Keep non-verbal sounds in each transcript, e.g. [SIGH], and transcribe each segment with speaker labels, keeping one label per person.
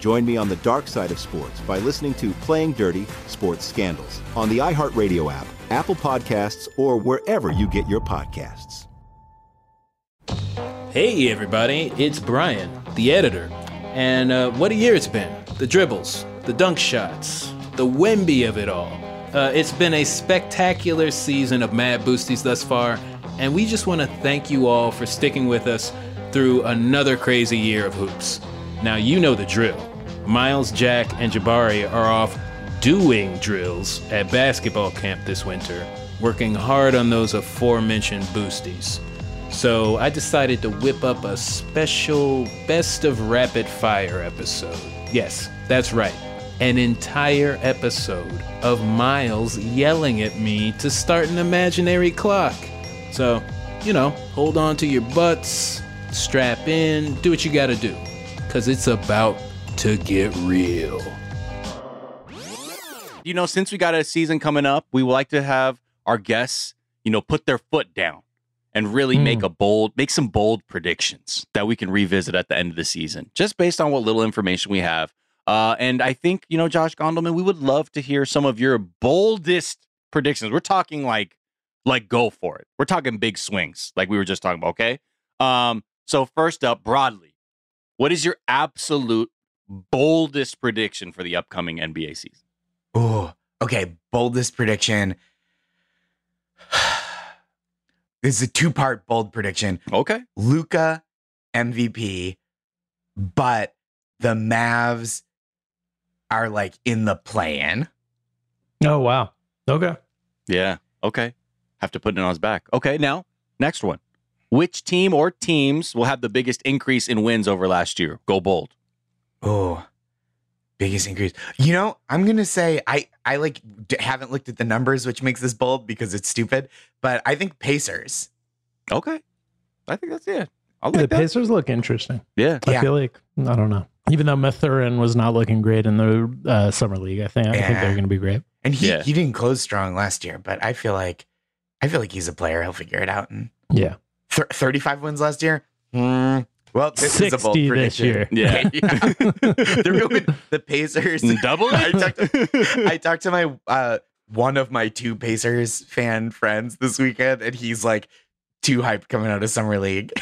Speaker 1: Join me on the dark side of sports by listening to Playing Dirty Sports Scandals on the iHeartRadio app, Apple Podcasts, or wherever you get your podcasts.
Speaker 2: Hey, everybody, it's Brian, the editor. And uh, what a year it's been. The dribbles, the dunk shots, the Wemby of it all. Uh, it's been a spectacular season of Mad Boosties thus far, and we just want to thank you all for sticking with us through another crazy year of hoops. Now, you know the drill. Miles, Jack, and Jabari are off doing drills at basketball camp this winter, working hard on those aforementioned boosties. So I decided to whip up a special best of rapid fire episode. Yes, that's right. An entire episode of Miles yelling at me to start an imaginary clock. So, you know, hold on to your butts, strap in, do what you gotta do, because it's about to get real.
Speaker 3: you know, since we got a season coming up, we would like to have our guests, you know, put their foot down and really make a bold, make some bold predictions that we can revisit at the end of the season, just based on what little information we have. Uh, and I think, you know, Josh Gondelman, we would love to hear some of your boldest predictions. We're talking like, like go for it. We're talking big swings, like we were just talking about. Okay. Um, so first up, broadly, what is your absolute boldest prediction for the upcoming NBA season?
Speaker 4: Ooh, okay. Boldest prediction. [SIGHS] this is a two part bold prediction.
Speaker 3: Okay.
Speaker 4: Luca MVP, but the Mavs are like in the play in.
Speaker 5: Oh wow. Okay.
Speaker 3: Yeah. Okay. Have to put it on his back. Okay. Now, next one. Which team or teams will have the biggest increase in wins over last year? Go bold.
Speaker 4: Oh, biggest increase. You know, I'm gonna say I I like d- haven't looked at the numbers, which makes this bold because it's stupid. But I think Pacers.
Speaker 3: Okay. I think that's it. I
Speaker 5: The
Speaker 3: like that.
Speaker 5: Pacers look interesting.
Speaker 3: Yeah.
Speaker 5: I
Speaker 4: Yeah.
Speaker 5: feel like I don't know. Even though Mathurin was not looking great in the uh, summer league, I think I think
Speaker 4: Yeah.
Speaker 5: they're going to be great.
Speaker 4: And he
Speaker 3: Yeah.
Speaker 4: he didn't close strong last year, but I feel like I feel like he's a player. He'll figure it out. And
Speaker 5: Yeah,
Speaker 4: th- 35 wins last year. Hmm. Well, this is a bold
Speaker 5: sixty this
Speaker 4: prediction.
Speaker 5: year.
Speaker 4: [LAUGHS]
Speaker 3: Yeah.
Speaker 4: They're going the Pacers.
Speaker 3: Mm, Double
Speaker 4: I talked,
Speaker 3: it?
Speaker 4: I talked to my uh, one of my two Pacers fan friends this weekend, and he's like too hyped coming out of summer league.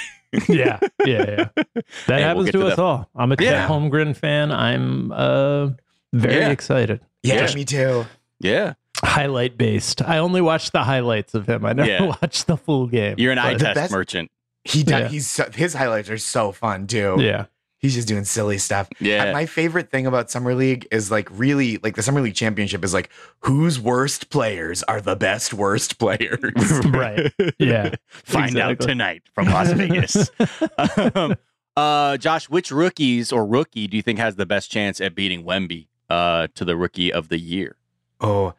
Speaker 5: yeah, yeah, yeah. That
Speaker 3: Hey, we'll
Speaker 5: happens
Speaker 3: get
Speaker 5: to,
Speaker 3: to
Speaker 5: us
Speaker 3: that.
Speaker 5: all. I'm a
Speaker 3: Yeah.
Speaker 5: Chet Holmgren fan. I'm uh, very
Speaker 3: Yeah.
Speaker 5: excited.
Speaker 4: [LAUGHS] Yeah,
Speaker 3: Yeah.
Speaker 4: me too.
Speaker 3: yeah.
Speaker 5: Highlight based. I only watch the highlights of him. I never
Speaker 3: Yeah.
Speaker 5: [LAUGHS] watch the full game.
Speaker 3: You're an eye
Speaker 5: but-
Speaker 3: test
Speaker 4: best-
Speaker 3: merchant.
Speaker 4: He does,
Speaker 5: Yeah.
Speaker 4: he's so, his highlights are so fun too.
Speaker 5: Yeah,
Speaker 4: He's just doing silly stuff.
Speaker 3: Yeah.
Speaker 4: My favorite thing about Summer League is like really like the Summer League Championship is like whose worst players are the best worst players.
Speaker 5: [LAUGHS] Right. Yeah.
Speaker 3: [LAUGHS] Find out
Speaker 5: Exactly.
Speaker 3: tonight from Las
Speaker 5: [LAUGHS]
Speaker 3: Vegas. um, [LAUGHS] uh, Josh, which rookies or rookie do you think has the best chance at beating Wemby uh, to the rookie of the year?
Speaker 4: Oh,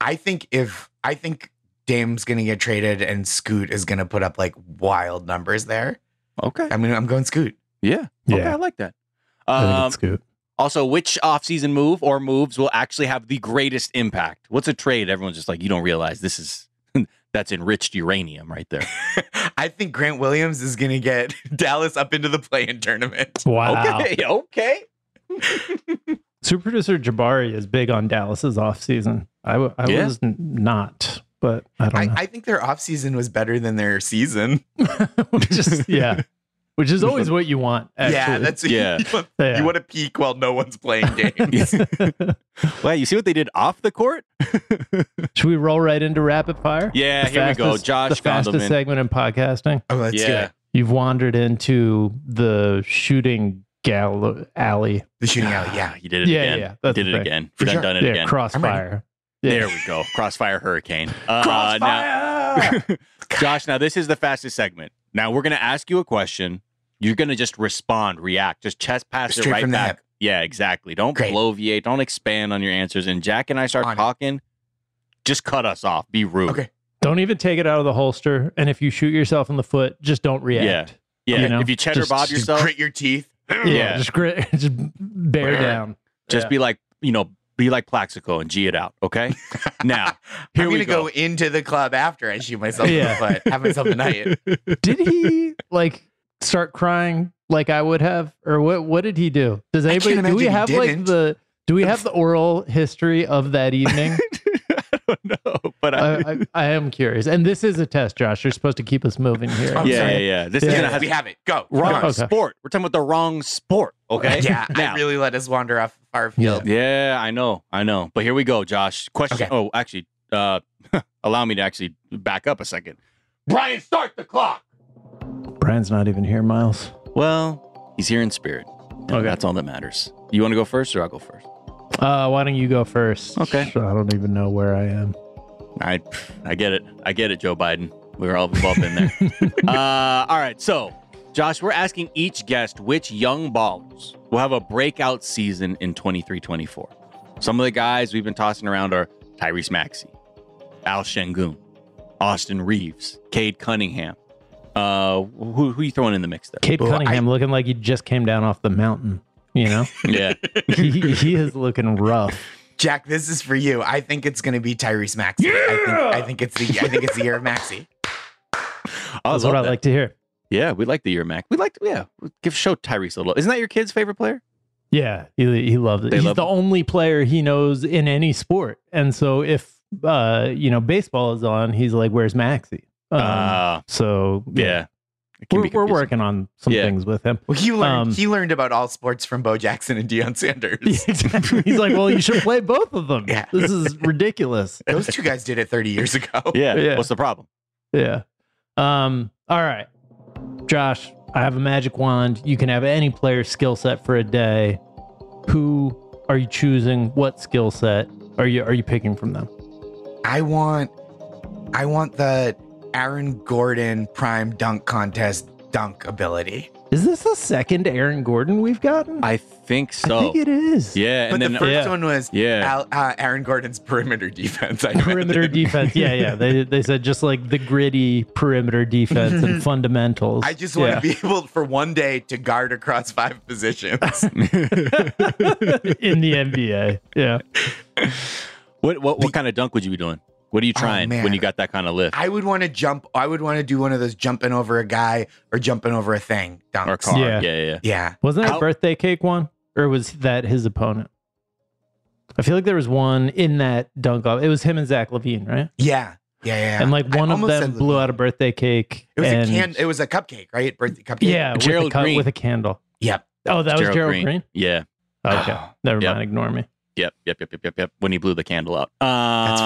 Speaker 4: I think if I think Dame's gonna get traded and Scoot is gonna put up like wild numbers there.
Speaker 3: Okay.
Speaker 4: I mean, I'm going Scoot.
Speaker 3: Yeah. Okay.
Speaker 5: Yeah.
Speaker 3: I like that.
Speaker 5: I think
Speaker 3: Um,
Speaker 5: it's good.
Speaker 3: also, which offseason move or moves will actually have the greatest impact? What's a trade? Everyone's just like, you don't realize this is [LAUGHS] that's enriched uranium right there.
Speaker 4: I think Grant Williams is gonna get [LAUGHS] Dallas up into the play-in tournament.
Speaker 5: Wow.
Speaker 3: Okay. Okay.
Speaker 5: Super producer Jabari is big on Dallas's offseason. I, w- I
Speaker 3: Yeah.
Speaker 5: was n- not, but I don't
Speaker 4: I,
Speaker 5: know.
Speaker 4: I think their offseason was better than their season.
Speaker 5: [LAUGHS] which is yeah, which is always what you want. Actually.
Speaker 4: Yeah, that's
Speaker 3: Yeah.
Speaker 4: You [LAUGHS] want,
Speaker 5: Yeah.
Speaker 4: you want to peak while no one's
Speaker 3: [LAUGHS]
Speaker 4: playing games.
Speaker 3: Well, you see what they did off the court?
Speaker 5: Should we roll right into rapid fire?
Speaker 3: Yeah,
Speaker 5: The
Speaker 3: here we go.
Speaker 5: fastest- The
Speaker 3: Josh
Speaker 5: fastest
Speaker 3: Gondelman.
Speaker 5: segment in podcasting.
Speaker 4: oh, let's do
Speaker 3: yeah.
Speaker 4: it.
Speaker 5: You've wandered into the shooting gal- alley.
Speaker 4: The shooting alley.
Speaker 3: [SIGHS]
Speaker 4: Yeah.
Speaker 3: You did it
Speaker 5: Yeah,
Speaker 3: again.
Speaker 5: yeah, that's
Speaker 3: did
Speaker 5: the
Speaker 3: it
Speaker 5: thing.
Speaker 3: again.
Speaker 4: For
Speaker 3: Done,
Speaker 4: sure.
Speaker 3: done it
Speaker 5: Yeah,
Speaker 3: again.
Speaker 5: crossfire.
Speaker 3: There
Speaker 5: Yeah.
Speaker 3: we go. Crossfire Hurricane. Uh,
Speaker 4: Crossfire!
Speaker 3: Now, [LAUGHS] Josh, now this is the fastest segment. Now we're going to ask you a question. You're going to just respond, react, just chest pass it
Speaker 4: Straight
Speaker 3: right
Speaker 4: from the
Speaker 3: back.
Speaker 4: hip.
Speaker 3: Yeah, exactly. Don't
Speaker 4: Great.
Speaker 3: bloviate. Don't expand on your answers. And Jack and I start
Speaker 4: On it.
Speaker 3: talking. Just cut us off. Be rude.
Speaker 4: Okay.
Speaker 5: Don't even take it out of the holster. And if you shoot yourself in the foot, just don't react.
Speaker 3: Yeah.
Speaker 5: You know,
Speaker 3: if you cheddar
Speaker 5: just-
Speaker 3: bob
Speaker 4: Just
Speaker 3: yourself,
Speaker 4: grit your teeth. [LAUGHS]
Speaker 5: Yeah,
Speaker 3: Yeah.
Speaker 5: just grit, [LAUGHS] just bear down.
Speaker 3: just
Speaker 5: Yeah.
Speaker 3: be like, you know, be like Plaxico and G it out.
Speaker 4: [LAUGHS]
Speaker 3: Okay. now, here
Speaker 4: I'm gonna
Speaker 3: we go.
Speaker 4: go. into the club after I shoot myself [LAUGHS]
Speaker 5: Yeah.
Speaker 4: in the foot. Have myself a
Speaker 5: [LAUGHS]
Speaker 4: night.
Speaker 5: Did he like start crying like I would have, or what? What did he do? Does
Speaker 4: can't
Speaker 5: anybody? Do we
Speaker 4: imagine he
Speaker 5: have like
Speaker 4: didn't.
Speaker 5: the? Do we have the oral history
Speaker 4: [LAUGHS]
Speaker 5: of that evening?
Speaker 3: I don't know, but I,
Speaker 5: I, I, I am curious, and this is a test, Josh. You're supposed to keep us moving here.
Speaker 4: I'm
Speaker 3: yeah,
Speaker 4: sorry.
Speaker 3: yeah, yeah. This
Speaker 5: Yeah.
Speaker 3: is gonna
Speaker 4: Yeah,
Speaker 3: have
Speaker 4: we have it. Go.
Speaker 3: wrong
Speaker 5: Okay.
Speaker 3: sport. We're talking about the wrong sport. Okay.
Speaker 4: Yeah,
Speaker 3: Now-
Speaker 4: I really let us wander off our field.
Speaker 3: Yeah, I know, I know. But here we go, Josh. Question.
Speaker 4: Okay.
Speaker 3: Oh, actually, uh, [LAUGHS] allow me to actually back up a second. Brian, start the clock.
Speaker 5: Brian's not even here, Miles.
Speaker 3: Well, he's here in spirit. And
Speaker 5: Okay.
Speaker 3: That's all that matters. You want to go first, or I'll go first?
Speaker 5: Uh, why don't you go first?
Speaker 3: Okay.
Speaker 5: I don't even know where I am.
Speaker 3: I, I get it. I get it, Joe Biden. We were all we've all been there. [LAUGHS] uh, all right, so Josh, we're asking each guest which young ballers will have a breakout season in 23-24. Some of the guys we've been tossing around are Tyrese Maxey, Al Shangun, Austin Reeves, Cade Cunningham. Uh, who who you throwing in the mix there?
Speaker 5: Cape
Speaker 4: Well, I-
Speaker 5: Cunningham looking like he just came down off the mountain. You know,
Speaker 3: [LAUGHS] Yeah,
Speaker 5: [LAUGHS] he, he is looking rough.
Speaker 4: Jack, this is for you. I think it's gonna be Tyrese Maxey. I, think, I think it's the I think it's the year of Maxey.
Speaker 3: I
Speaker 5: That's what I
Speaker 3: love that.
Speaker 5: like to hear.
Speaker 3: Yeah, we like the year Mac. We like yeah. Give show Tyrese a little. Isn't that your kid's favorite player?
Speaker 5: Yeah, he, he loves it.
Speaker 3: They
Speaker 5: He's
Speaker 3: love
Speaker 5: the
Speaker 3: him.
Speaker 5: only player he knows in any sport, and so if uh, you know baseball is on, he's like, "Where's Maxie?" Um,
Speaker 3: uh,
Speaker 5: so
Speaker 3: yeah. It can
Speaker 5: we're,
Speaker 3: be
Speaker 5: we're
Speaker 3: confusing.
Speaker 5: working on some
Speaker 3: Yeah.
Speaker 5: things with him.
Speaker 4: Well, he learned
Speaker 5: Um,
Speaker 4: he learned about all sports from Bo Jackson and Deion
Speaker 5: [LAUGHS]
Speaker 4: Sanders.
Speaker 5: Exactly. He's like, "Well, you should play both of them.
Speaker 4: Yeah.
Speaker 5: This is ridiculous."
Speaker 4: [LAUGHS] Those two guys did it 30 years ago.
Speaker 3: [LAUGHS] Yeah.
Speaker 5: Yeah.
Speaker 3: What's the problem?
Speaker 5: Yeah. Um. All right, Josh. I have a magic wand. You can have any player's skill set for a day. Who are you choosing? What skill set are you are you picking from them?
Speaker 4: I want I want the Aaron Gordon prime dunk contest dunk ability.
Speaker 5: Is this the second Aaron Gordon we've gotten?
Speaker 3: I think so.
Speaker 5: I think it is.
Speaker 3: yeah, and
Speaker 4: but
Speaker 3: then
Speaker 4: the first
Speaker 5: Yeah.
Speaker 4: one was
Speaker 3: yeah,
Speaker 4: Al, uh, Aaron Gordon's perimeter defense. I
Speaker 3: [LAUGHS]
Speaker 5: Perimeter
Speaker 4: imagine.
Speaker 5: defense.
Speaker 4: [LAUGHS]
Speaker 5: Yeah, yeah. They, they said just like the gritty perimeter defense
Speaker 4: [LAUGHS]
Speaker 5: [LAUGHS] and fundamentals.
Speaker 4: I just want
Speaker 5: Yeah.
Speaker 4: to be able for one day to guard across five positions.
Speaker 5: [LAUGHS] in the NBA. [LAUGHS] Yeah.
Speaker 3: what what what kind of dunk would you be doing? What are you
Speaker 4: Oh,
Speaker 3: trying when
Speaker 4: man.
Speaker 3: you got that kind of lift?
Speaker 4: I would want to jump. I would want to do one of those jumping over a guy or jumping over a thing dunks.
Speaker 3: or car?
Speaker 5: Yeah.
Speaker 3: Yeah, yeah, yeah.
Speaker 4: Yeah.
Speaker 5: Wasn't that
Speaker 3: How-
Speaker 5: a birthday cake one? Or was that his opponent? I feel like there was one in that dunk off. It was him and Zach Levine, right?
Speaker 4: Yeah. Yeah. Yeah.
Speaker 5: And like
Speaker 4: I
Speaker 5: one of
Speaker 4: almost
Speaker 5: them
Speaker 4: said
Speaker 5: blew
Speaker 4: Levine.
Speaker 5: out a birthday cake.
Speaker 4: It was
Speaker 5: and,
Speaker 4: a can. It was a cupcake, right? Birthday cupcake.
Speaker 5: Yeah, with a,
Speaker 3: Gerald
Speaker 5: cu-
Speaker 3: Green.
Speaker 5: with a candle.
Speaker 4: Yep.
Speaker 5: Oh, that was Gerald Green. Oh,
Speaker 3: Yeah.
Speaker 4: [GASPS]
Speaker 5: Okay.
Speaker 4: Oh.
Speaker 5: Never
Speaker 3: Yep.
Speaker 5: mind. Ignore me.
Speaker 3: Yep. Yep. Yep. Yep. Yep. Yep. When he blew the candle out. Um,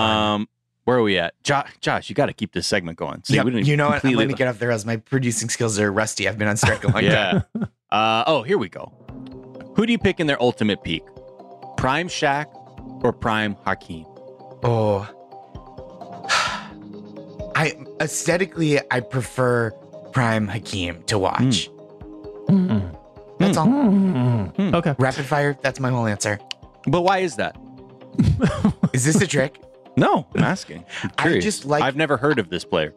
Speaker 4: fine.
Speaker 3: Where are we at, jo- Josh? You got to keep this segment going. See,
Speaker 4: Yep.
Speaker 3: we didn't
Speaker 4: You know what? I'm
Speaker 3: completely-
Speaker 4: going to get off the rails. My producing skills are rusty. I've been on strike a long time.
Speaker 3: yeah. [LAUGHS] Uh, oh, here we go. Who do you pick in their ultimate peak? Prime Shaq or Prime Hakeem?
Speaker 4: Oh. [SIGHS] I aesthetically I prefer Prime Hakim to watch.
Speaker 3: Hmm.
Speaker 4: That's
Speaker 5: Hmm.
Speaker 4: all.
Speaker 5: Okay.
Speaker 4: Rapid fire, that's my whole answer.
Speaker 3: But why is that?
Speaker 4: Is this a trick?
Speaker 3: [LAUGHS] No, I'm asking. I'm
Speaker 4: I
Speaker 3: curious.
Speaker 4: just like-
Speaker 3: I've never heard of this player.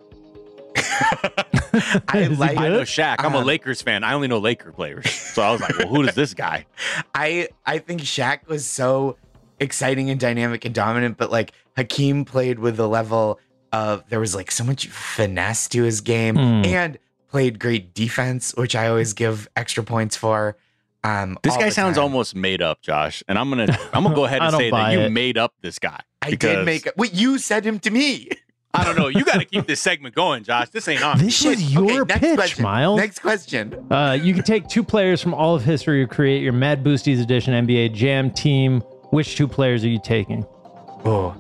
Speaker 4: I
Speaker 5: [LAUGHS] Is he
Speaker 4: like
Speaker 3: I know Shaq. I'm a
Speaker 4: Um,
Speaker 3: Lakers fan. I only know Laker players. So I was like, well, who is this guy?
Speaker 4: I I think Shaq was so exciting and dynamic and dominant, but like Hakeem played with a level of there was like so much finesse to his game
Speaker 5: Hmm.
Speaker 4: and played great defense, which I always give extra points for. Um,
Speaker 3: This
Speaker 4: all
Speaker 3: guy
Speaker 4: the
Speaker 3: sounds
Speaker 4: time.
Speaker 3: almost made up, Josh. And I'm
Speaker 5: [LAUGHS]
Speaker 3: gonna I'm gonna go ahead
Speaker 5: I
Speaker 3: and
Speaker 5: don't
Speaker 3: say that
Speaker 5: buy
Speaker 3: you
Speaker 5: it.
Speaker 3: made up this guy.
Speaker 4: I
Speaker 3: because-
Speaker 4: did make wait. You said him to me. [LAUGHS]
Speaker 3: I don't know. [LAUGHS] You got to keep this segment going, Josh. This ain't on.
Speaker 5: This is your
Speaker 4: next
Speaker 5: pitch,
Speaker 4: question.
Speaker 5: Miles.
Speaker 4: Next question.
Speaker 5: Uh, you can take two players from all of history to create your Mad Boosties Edition NBA Jam team. Which two players are you taking?
Speaker 4: Oh.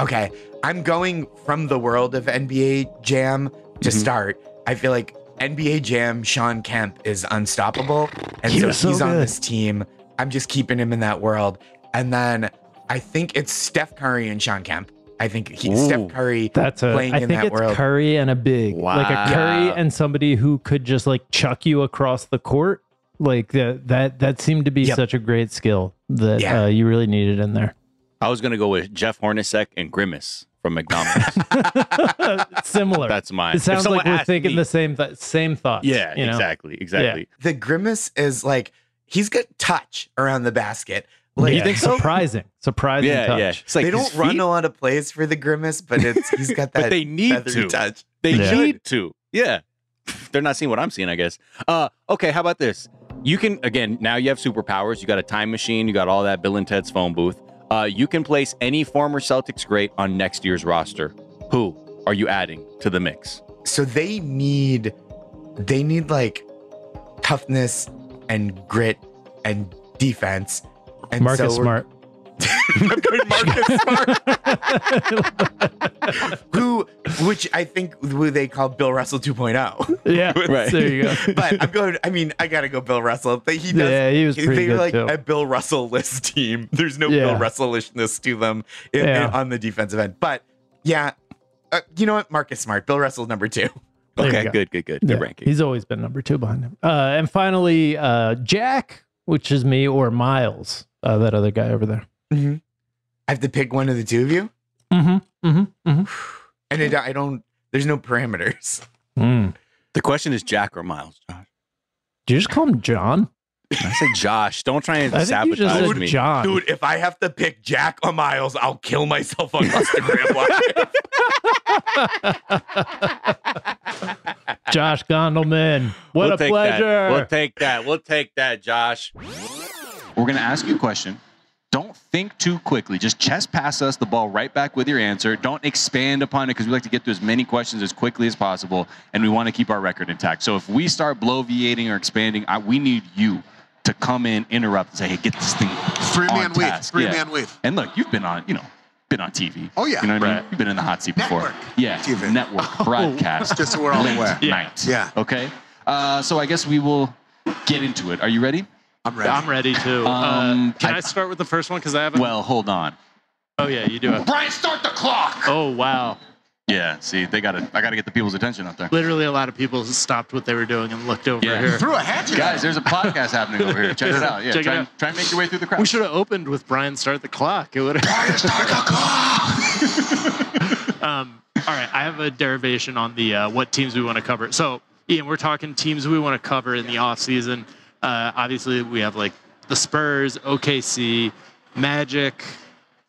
Speaker 4: Okay, I'm going from the world of NBA Jam to
Speaker 3: Mhm.
Speaker 5: Mm-hmm.
Speaker 4: start. I feel like NBA Jam Sean Kemp is unstoppable, and
Speaker 5: He
Speaker 4: so,
Speaker 5: was so
Speaker 4: he's on
Speaker 5: good.
Speaker 4: this team. I'm just keeping him in that world, and then I think it's Steph Curry and Sean Kemp. I think he,
Speaker 3: Ooh.
Speaker 4: Steph Curry
Speaker 5: That's a.
Speaker 4: playing
Speaker 5: I
Speaker 4: in
Speaker 5: think
Speaker 4: that
Speaker 5: it's
Speaker 4: world.
Speaker 5: Curry and a big, like
Speaker 3: Wow.
Speaker 5: a Curry and somebody who could just like chuck you across the court. Like that. That that seemed to be
Speaker 4: Yep.
Speaker 5: such a great skill that
Speaker 4: Yeah.
Speaker 5: uh, you really needed in there.
Speaker 3: I was gonna go with Jeff Hornacek and Grimace from McDonald's.
Speaker 5: [LAUGHS] Similar.
Speaker 3: That's mine.
Speaker 5: it
Speaker 3: If
Speaker 5: sounds
Speaker 3: someone
Speaker 5: like we're
Speaker 3: asked
Speaker 5: thinking
Speaker 3: me-
Speaker 5: the same th- same thoughts.
Speaker 3: Yeah,
Speaker 5: you know?
Speaker 3: exactly, exactly.
Speaker 4: the grimace is like he's got touch around the basket. Like
Speaker 5: Yeah, surprising, surprising
Speaker 3: Yeah,
Speaker 5: touch.
Speaker 3: yeah. It's like
Speaker 4: they
Speaker 3: his
Speaker 4: don't run
Speaker 3: feet,
Speaker 4: a lot of plays for the grimace, but it's he's got that
Speaker 3: [LAUGHS] but they need
Speaker 4: feathery
Speaker 3: to.
Speaker 4: touch.
Speaker 3: They
Speaker 5: Yeah.
Speaker 3: need to. Yeah, [LAUGHS] they're not seeing what I'm seeing, I guess. Uh, okay. How about this? You can again now. You have superpowers. You got a time machine. You got all that Bill and Ted's phone booth. Uh, you can place any former Celtics great on next year's roster. Who are you adding to the mix?
Speaker 4: So they need they need like toughness and grit and defense. And
Speaker 5: Marcus
Speaker 4: so we're-
Speaker 5: Smart.
Speaker 4: [LAUGHS] Marcus Smart. who which I think who they call Bill Russell 2.0. [LAUGHS]
Speaker 5: Yeah,
Speaker 3: Right.
Speaker 5: there you go.
Speaker 4: But I'm going I mean, I gotta go Bill Russell. But he does
Speaker 5: Yeah, he was pretty
Speaker 4: they
Speaker 5: good
Speaker 4: are like
Speaker 5: too.
Speaker 4: a Bill Russell list team. There's no Bill
Speaker 5: Yeah.
Speaker 4: Russellishness to them in,
Speaker 5: Yeah.
Speaker 4: in- on the defensive end. But yeah, uh, you know what? Marcus Smart, Bill Russell's number two.
Speaker 5: [LAUGHS] There you
Speaker 3: Okay.
Speaker 5: go.
Speaker 3: Good. Good. Good. Good
Speaker 5: Yeah,
Speaker 3: ranking.
Speaker 5: He's always been number two behind him. Uh, and finally, uh, Jack, which is me, or Miles, uh, that other guy over there.
Speaker 4: I have to pick one of the two of you,
Speaker 5: Mm-hmm. Mm-hmm. Mm-hmm.
Speaker 4: and it, I don't. There's no parameters. [LAUGHS]
Speaker 3: The question is Jack or Miles. Josh.
Speaker 5: Hmm. Did you just call him John?
Speaker 3: I said Josh. Don't try and
Speaker 5: I think you just
Speaker 3: sabotage
Speaker 5: said
Speaker 3: me.
Speaker 5: John.
Speaker 4: Dude, if I have to pick Jack or Miles, I'll kill myself on
Speaker 3: [LAUGHS]
Speaker 4: Instagram Live.
Speaker 5: [LAUGHS] Josh Gondelman. What
Speaker 3: We'll
Speaker 5: a
Speaker 3: take
Speaker 5: pleasure.
Speaker 3: That. We'll take that. We'll take that, Josh.
Speaker 6: We're going to ask you a question. Don't think too quickly. Just chest pass us the ball right back with your answer. Don't expand upon it because we like to get through as many questions as quickly as possible, and we want to keep our record intact. So if we start bloviating or expanding, I, we need you to come in, interrupt, and say, "Hey, get this thing
Speaker 7: Three
Speaker 6: on
Speaker 7: man weave.
Speaker 6: task."
Speaker 7: Three
Speaker 6: Yeah.
Speaker 7: man weave.
Speaker 6: And look, you've been on, you know, been on TV.
Speaker 7: Oh, yeah.
Speaker 6: you know what I
Speaker 3: Right.
Speaker 6: mean. You've been in the hot seat before.
Speaker 7: Network
Speaker 6: Yeah,
Speaker 7: TV.
Speaker 6: network broadcast.
Speaker 7: Just so we're all
Speaker 6: late
Speaker 7: aware.
Speaker 6: Night.
Speaker 7: Yeah.
Speaker 6: Okay. Uh, so I guess we will get into it. Are you ready?
Speaker 7: I'm ready.
Speaker 8: I'm ready too.
Speaker 6: Um,
Speaker 8: uh, can
Speaker 6: I-
Speaker 8: I, start with the first one? Because I haven't.
Speaker 6: Well, hold on.
Speaker 8: oh yeah, you do it.
Speaker 6: Brian, start the clock.
Speaker 8: Oh wow!
Speaker 6: Yeah, see, they got to. I got to get the people's attention out there.
Speaker 8: Literally, a lot of people stopped what they were doing and looked over
Speaker 6: Yeah.
Speaker 8: here.
Speaker 7: Threw a hatchet.
Speaker 6: Guys,
Speaker 7: [LAUGHS]
Speaker 6: there's a podcast happening over here. Check it out. Yeah,
Speaker 8: Check it
Speaker 6: try,
Speaker 8: out.
Speaker 6: try and make your way through the crowd.
Speaker 8: We should have opened with Brian start the clock. It would have. um, all right, I have a derivation on the uh, what teams we want to cover. So, Ian, we're talking teams we want to cover in the off season. Uh, obviously, we have like the Spurs, OKC, Magic,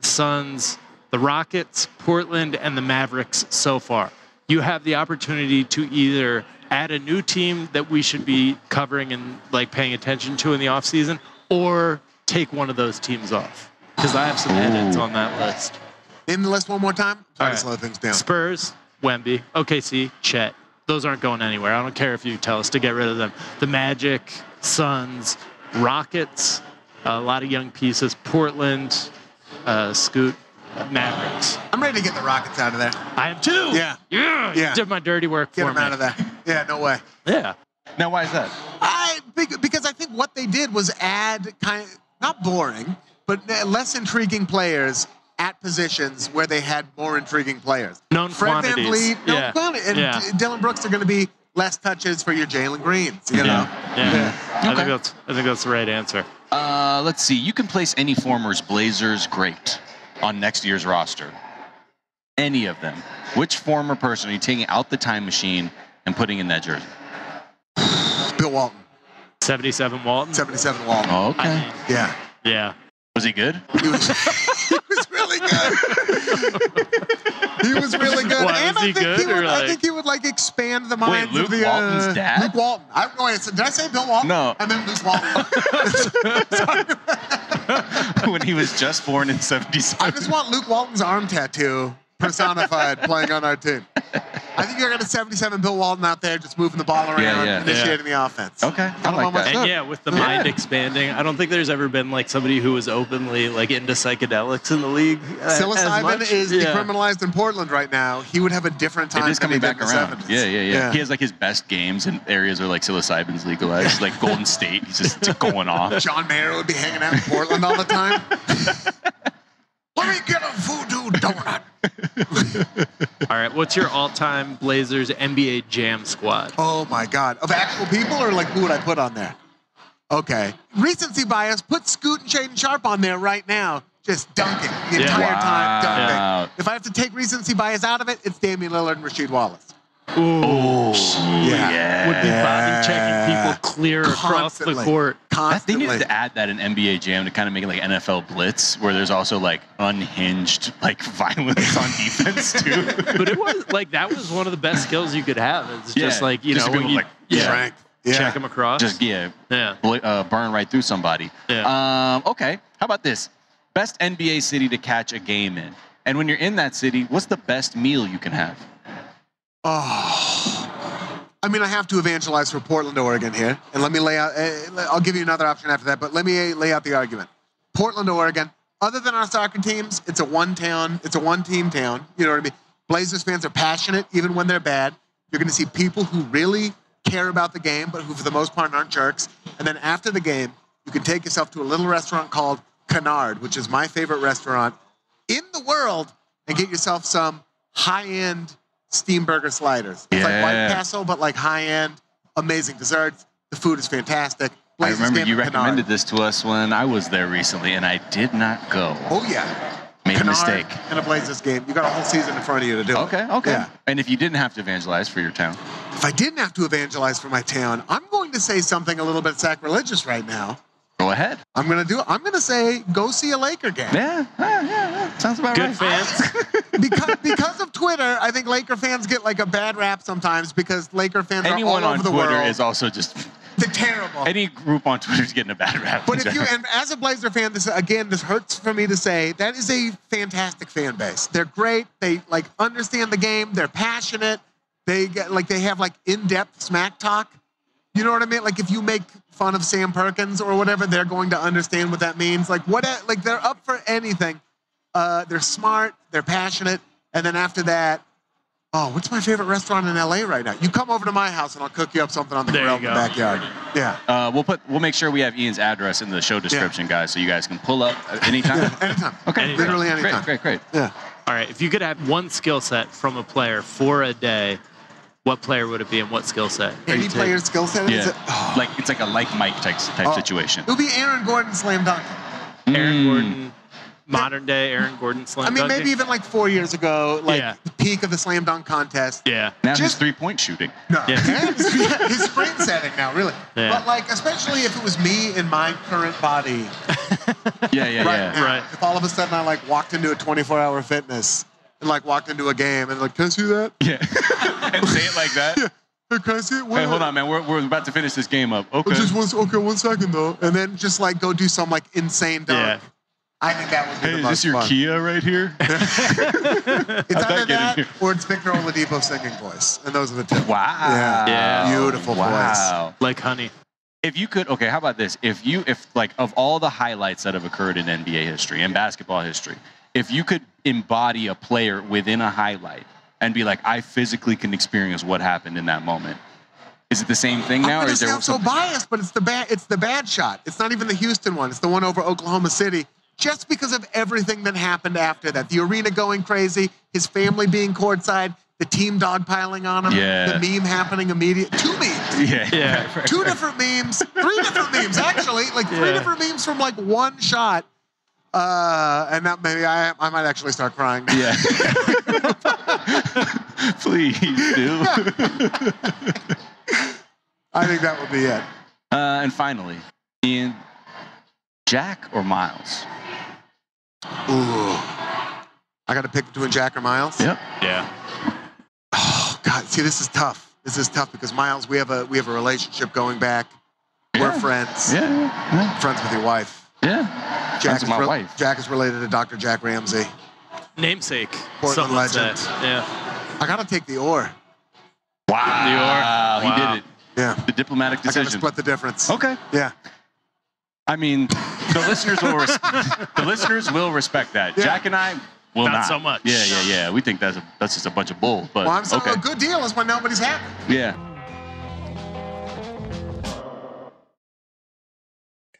Speaker 8: Suns, the Rockets, Portland, and the Mavericks so far. You have the opportunity to either add a new team that we should be covering and like paying attention to in the offseason or take one of those teams off. Because I have some edits on that list.
Speaker 7: Name the list one more time. Try
Speaker 8: All
Speaker 7: to
Speaker 8: right.
Speaker 7: slow things down.
Speaker 8: Spurs, Wemby, OKC, Chet. Those aren't going anywhere. I don't care if you tell us to get rid of them. The Magic, Suns, Rockets, a lot of young pieces. Portland, uh, Scoot, Mavericks.
Speaker 7: I'm ready to get the Rockets out of there.
Speaker 8: I am too.
Speaker 7: Yeah.
Speaker 8: Yeah.
Speaker 7: Yeah.
Speaker 8: Did my dirty work
Speaker 7: Get
Speaker 8: for
Speaker 7: them
Speaker 8: me.
Speaker 7: out of there. Yeah, no way.
Speaker 8: Yeah.
Speaker 3: Now, why is that?
Speaker 7: I bec- because I think what they did was add kind not boring, but less intriguing players at positions where they had more intriguing players.
Speaker 5: Known
Speaker 7: Fred
Speaker 5: quantities.
Speaker 7: VanVleet, known
Speaker 5: Yeah.
Speaker 7: quanti- and
Speaker 5: Yeah.
Speaker 7: D- Dylan Brooks are going to be less touches for your Jalen Greens. You know,
Speaker 5: Yeah. yeah. I think that's I think that's the right answer.
Speaker 3: Uh, let's see. You can place any former's Blazers great on next year's roster. Any of them. Which former person are you taking out the time machine and putting in that jersey?
Speaker 7: [SIGHS] Bill Walton.
Speaker 5: 77 Walton.
Speaker 7: 77 Walton.
Speaker 3: Oh, okay. [LAUGHS]
Speaker 7: yeah.
Speaker 5: Yeah.
Speaker 3: Was he good?
Speaker 7: he was really good.
Speaker 3: Why,
Speaker 7: and
Speaker 3: was
Speaker 7: I,
Speaker 3: he
Speaker 7: think
Speaker 3: good
Speaker 7: he would,
Speaker 3: or
Speaker 7: I
Speaker 3: like-
Speaker 7: think he would like expand the minds
Speaker 3: Luke
Speaker 7: of the
Speaker 3: Walton's
Speaker 7: uh,
Speaker 3: dad?
Speaker 7: Luke Walton. I, oh, wait, so did I say Bill Walton?
Speaker 3: No.
Speaker 7: I meant Luke Walton.
Speaker 3: when he was just born in 77.
Speaker 7: I just want Luke Walton's arm tattoo personified playing on our team. I think you're going to 77 Bill Walton out there just moving the ball around,
Speaker 5: Yeah, yeah.
Speaker 7: initiating the offense.
Speaker 3: Okay.
Speaker 7: I like that.
Speaker 5: And yeah, with the mind expanding, I don't think there's ever been like somebody who was openly like into psychedelics in the league. uh, as
Speaker 7: Psilocybin
Speaker 5: much.
Speaker 7: is
Speaker 5: Yeah.
Speaker 7: decriminalized in Portland right now. He would have a different time
Speaker 3: It is
Speaker 7: than
Speaker 3: coming
Speaker 7: he did
Speaker 3: back
Speaker 7: in the
Speaker 3: around.
Speaker 7: 70s.
Speaker 3: Yeah, yeah, yeah,
Speaker 7: Yeah.
Speaker 3: He has like his best games in areas where like psilocybin's legalized, like Golden State. He's
Speaker 7: [LAUGHS]
Speaker 3: just going off.
Speaker 7: John Mayer would be hanging out in Portland all the time. Let me get a voodoo donut.
Speaker 5: All right, what's your all-time Blazers NBA Jam
Speaker 7: [LAUGHS]
Speaker 5: squad?
Speaker 7: Oh my God! Of actual people, or like who would I put on there? Okay, recency bias. Put Scoot and Shaden Sharp on there right now, just dunking the
Speaker 3: Yeah.
Speaker 7: entire time. Dunking.
Speaker 3: Wow.
Speaker 7: If I have to take recency bias out of it, it's Damian Lillard and Rasheed Wallace.
Speaker 3: Oh, yeah.
Speaker 5: Would be body checking people clear across
Speaker 3: Constantly.
Speaker 5: the court.
Speaker 3: I think you need to add that in NBA Jam to kind of make it like NFL Blitz, where there's also like unhinged like [LAUGHS] violence on defense too.
Speaker 5: but it was like that was one of the best skills you could have. It's
Speaker 3: Yeah,
Speaker 5: just like you
Speaker 3: just
Speaker 5: know,
Speaker 3: to be
Speaker 5: when you,
Speaker 3: able to, like,
Speaker 5: yeah,
Speaker 3: strength. Yeah.
Speaker 5: check them across.
Speaker 3: Just yeah,
Speaker 5: yeah,
Speaker 3: uh, burn right through somebody.
Speaker 5: Yeah.
Speaker 3: Um, okay, how about this? Best NBA city to catch a game in, and when you're in that city, what's the best meal you can have?
Speaker 7: Oh. I mean, I have to evangelize for Portland, Oregon here. And let me lay out, eh, I'll give you another option after that, but let me eh, lay out the argument. Portland, Oregon, other than our soccer teams, it's a one town, it's a one team town. You know what I mean? Blazers fans are passionate even when they're bad. You're going to see people who really care about the game, but who for the most part aren't jerks. And then after the game, you can take yourself to a little restaurant called Canard, which is my favorite restaurant in the world, and get yourself some high end steam burger sliders. It's like White
Speaker 3: Yeah.
Speaker 7: Castle, but like high end, amazing desserts. The food is fantastic.
Speaker 3: I
Speaker 7: Blazers
Speaker 3: remember
Speaker 7: game
Speaker 3: you
Speaker 7: at Canard.
Speaker 3: recommended this to us when I was there recently, and I did not go.
Speaker 7: Oh yeah,
Speaker 3: Made a
Speaker 7: Canard
Speaker 3: mistake.
Speaker 7: And a Blazers game. You got a whole season in front of you to do it.
Speaker 3: Okay, okay.
Speaker 7: Yeah.
Speaker 3: And if you didn't have to evangelize for your town,
Speaker 7: If I didn't have to evangelize for my town, I'm going to say something a little bit sacrilegious right now.
Speaker 3: go ahead.
Speaker 7: I'm gonna do. I'm gonna say, go see a Laker game.
Speaker 3: Yeah, yeah, yeah. Sounds about
Speaker 5: good
Speaker 3: [LAUGHS]
Speaker 5: fans.
Speaker 7: because because of Twitter, I think Laker fans get like a bad rap sometimes because Laker fans
Speaker 3: Anyone
Speaker 7: are all
Speaker 3: on
Speaker 7: over the
Speaker 3: Twitter
Speaker 7: world.
Speaker 3: is also just
Speaker 7: They're terrible.
Speaker 3: any group on Twitter is getting a bad rap. [LAUGHS]
Speaker 7: But if you and as a Blazer fan, this again, this hurts for me to say, that is a fantastic fan base. They're great. They like understand the game. They're passionate. They get like they have like in-depth smack talk. You know what I mean? Like if you make fun of Sam Perkins or whatever, they're going to understand what that means. Like what? Like they're up for anything. Uh, they're smart. They're passionate. And then after that, oh, what's my favorite restaurant in LA right now? You come over to my house and I'll cook you up something on the
Speaker 5: There
Speaker 7: grill
Speaker 5: you
Speaker 7: in the
Speaker 5: go.
Speaker 7: backyard. Yeah.
Speaker 3: uh, we'll put we'll make sure we have Ian's address in the show description, guys, so you guys can pull up at any time.
Speaker 7: [LAUGHS] Anytime.
Speaker 3: Okay,
Speaker 5: Anytime.
Speaker 7: Literally anytime.
Speaker 3: great, great, great.
Speaker 7: Yeah.
Speaker 5: All right, if you could have one skill set from a player for a day, what player would it be and what skill set? Are you
Speaker 7: Any
Speaker 5: taking-
Speaker 7: player's skill set is
Speaker 3: Yeah,
Speaker 7: it?
Speaker 3: like it's like a like Mike type type
Speaker 7: Oh.
Speaker 3: situation.
Speaker 7: It'll be Aaron Gordon slam dunk.
Speaker 3: Hmm.
Speaker 5: Aaron Gordon, modern day Aaron Gordon slam
Speaker 7: I mean,
Speaker 5: dunking?
Speaker 7: maybe even like four years ago, like
Speaker 5: Yeah.
Speaker 7: the peak of the slam dunk contest. [LAUGHS]
Speaker 5: yeah.
Speaker 3: Now his
Speaker 7: Just-
Speaker 3: three point shooting.
Speaker 7: No,
Speaker 5: Yeah.
Speaker 7: yeah. his screen setting now, really.
Speaker 5: Yeah.
Speaker 7: But like, especially if it was me in my current body
Speaker 3: Yeah, yeah,
Speaker 7: right
Speaker 3: yeah.
Speaker 7: now.
Speaker 5: Right.
Speaker 7: If all of a sudden I like walked into a 24-hour fitness and like walked into a game and like, can I see that? [LAUGHS]
Speaker 3: Yeah, and say it like that.
Speaker 7: Hey, Can I see it?
Speaker 3: Hey, hold on, man. We're, we're about to finish this game up. Okay.
Speaker 7: Oh, Just one, okay, one second though, and then just like go do some like insane dunk.
Speaker 5: Yeah.
Speaker 7: I think that would be
Speaker 3: Hey,
Speaker 7: the
Speaker 3: is
Speaker 7: most
Speaker 3: this your
Speaker 7: fun.
Speaker 3: Kia right here?
Speaker 7: It's
Speaker 3: How'd that
Speaker 7: either
Speaker 3: get in
Speaker 7: that
Speaker 3: here?
Speaker 7: or it's Victor Oladipo's singing voice, and those are the two.
Speaker 3: Wow.
Speaker 5: Yeah.
Speaker 7: Beautiful
Speaker 3: wow.
Speaker 5: Like honey.
Speaker 3: If you could, okay, how about this? If you, if like, of all the highlights that have occurred in NBA history and basketball history, if you could embody a player within a highlight and be like, I physically can experience what happened in that moment,
Speaker 6: Is it the same thing now,
Speaker 7: I'm
Speaker 6: or
Speaker 7: gonna
Speaker 6: is there
Speaker 7: sound so
Speaker 6: something?
Speaker 7: biased, but it's the bad it's the bad shot. It's not even the Houston one. It's the one over Oklahoma City. Just because of everything that happened after that, the arena going crazy, his family being courtside, the team dogpiling on him,
Speaker 6: Yeah.
Speaker 7: the meme happening immediately. Two memes.
Speaker 6: Yeah. Yeah.
Speaker 7: [LAUGHS]
Speaker 6: Right, right, [LAUGHS]
Speaker 7: Two
Speaker 6: right.
Speaker 7: different memes. Three different memes, actually. Like three
Speaker 6: Yeah.
Speaker 7: different memes from like one shot. Uh, and that maybe I I might actually start crying. [LAUGHS]
Speaker 6: Yeah. [LAUGHS] Please do.
Speaker 7: I think that would be it.
Speaker 6: Uh, and finally, Ian, Jack or Miles?
Speaker 7: Ooh. [LAUGHS] I got to pick between Jack or Miles.
Speaker 6: Yep. Yeah.
Speaker 7: Oh God, see, this is tough. This is tough because Miles, we have a we have a relationship going back. We're
Speaker 6: Yeah.
Speaker 7: friends.
Speaker 6: Yeah, yeah,
Speaker 7: Friends with your wife.
Speaker 6: Yeah.
Speaker 7: Jack
Speaker 6: That's
Speaker 7: is
Speaker 6: my
Speaker 7: rel-
Speaker 6: wife.
Speaker 7: Jack is related to Dr. Jack Ramsey.
Speaker 8: Namesake.
Speaker 7: Portland
Speaker 8: someone
Speaker 7: legend.
Speaker 8: said. Yeah.
Speaker 7: I gotta take the ore.
Speaker 6: Wow.
Speaker 8: New York.
Speaker 6: He
Speaker 8: Wow.
Speaker 6: did it.
Speaker 7: Yeah.
Speaker 6: The diplomatic
Speaker 7: I gotta
Speaker 6: decision.
Speaker 7: split the difference.
Speaker 6: Okay.
Speaker 7: Yeah.
Speaker 6: I mean, the listeners will
Speaker 7: [LAUGHS]
Speaker 6: res-
Speaker 3: [LAUGHS]
Speaker 6: the listeners will respect that.
Speaker 7: Yeah.
Speaker 6: Jack and I will
Speaker 8: Not
Speaker 6: not,
Speaker 8: so much.
Speaker 6: Yeah, yeah, yeah. We think that's a, that's just a bunch of bull. But
Speaker 7: well, I'm sorry.
Speaker 6: okay.
Speaker 7: A good deal is when nobody's happy.
Speaker 6: Yeah.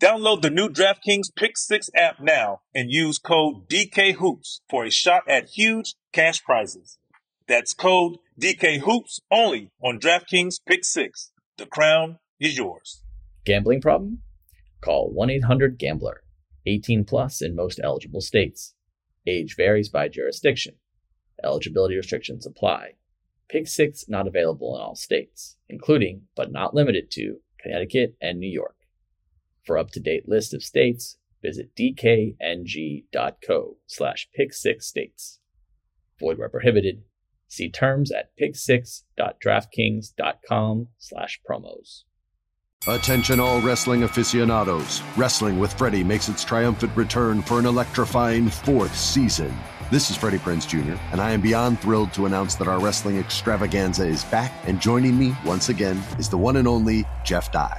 Speaker 9: Download the new DraftKings Pick Six app now and use code DKHOOPS for a shot at huge cash prizes. That's code DKHOOPS only on DraftKings Pick Six. The crown is yours.
Speaker 10: Gambling problem? Call 1 800 Gambler. 18 plus in most eligible states. Age varies by jurisdiction. Eligibility restrictions apply. Pick six not available in all states, including, but not limited to, Connecticut and New York. For up to date list of states, visit dkng.co slash pick six states. Void where prohibited. See terms at pick6.draftkings.com slash promos.
Speaker 11: Attention all wrestling aficionados. Wrestling with Freddie makes its triumphant return for an electrifying fourth season. This is Freddie Prince Jr., and I am beyond thrilled to announce that our wrestling extravaganza is back, and joining me once again is the one and only Jeff Dye.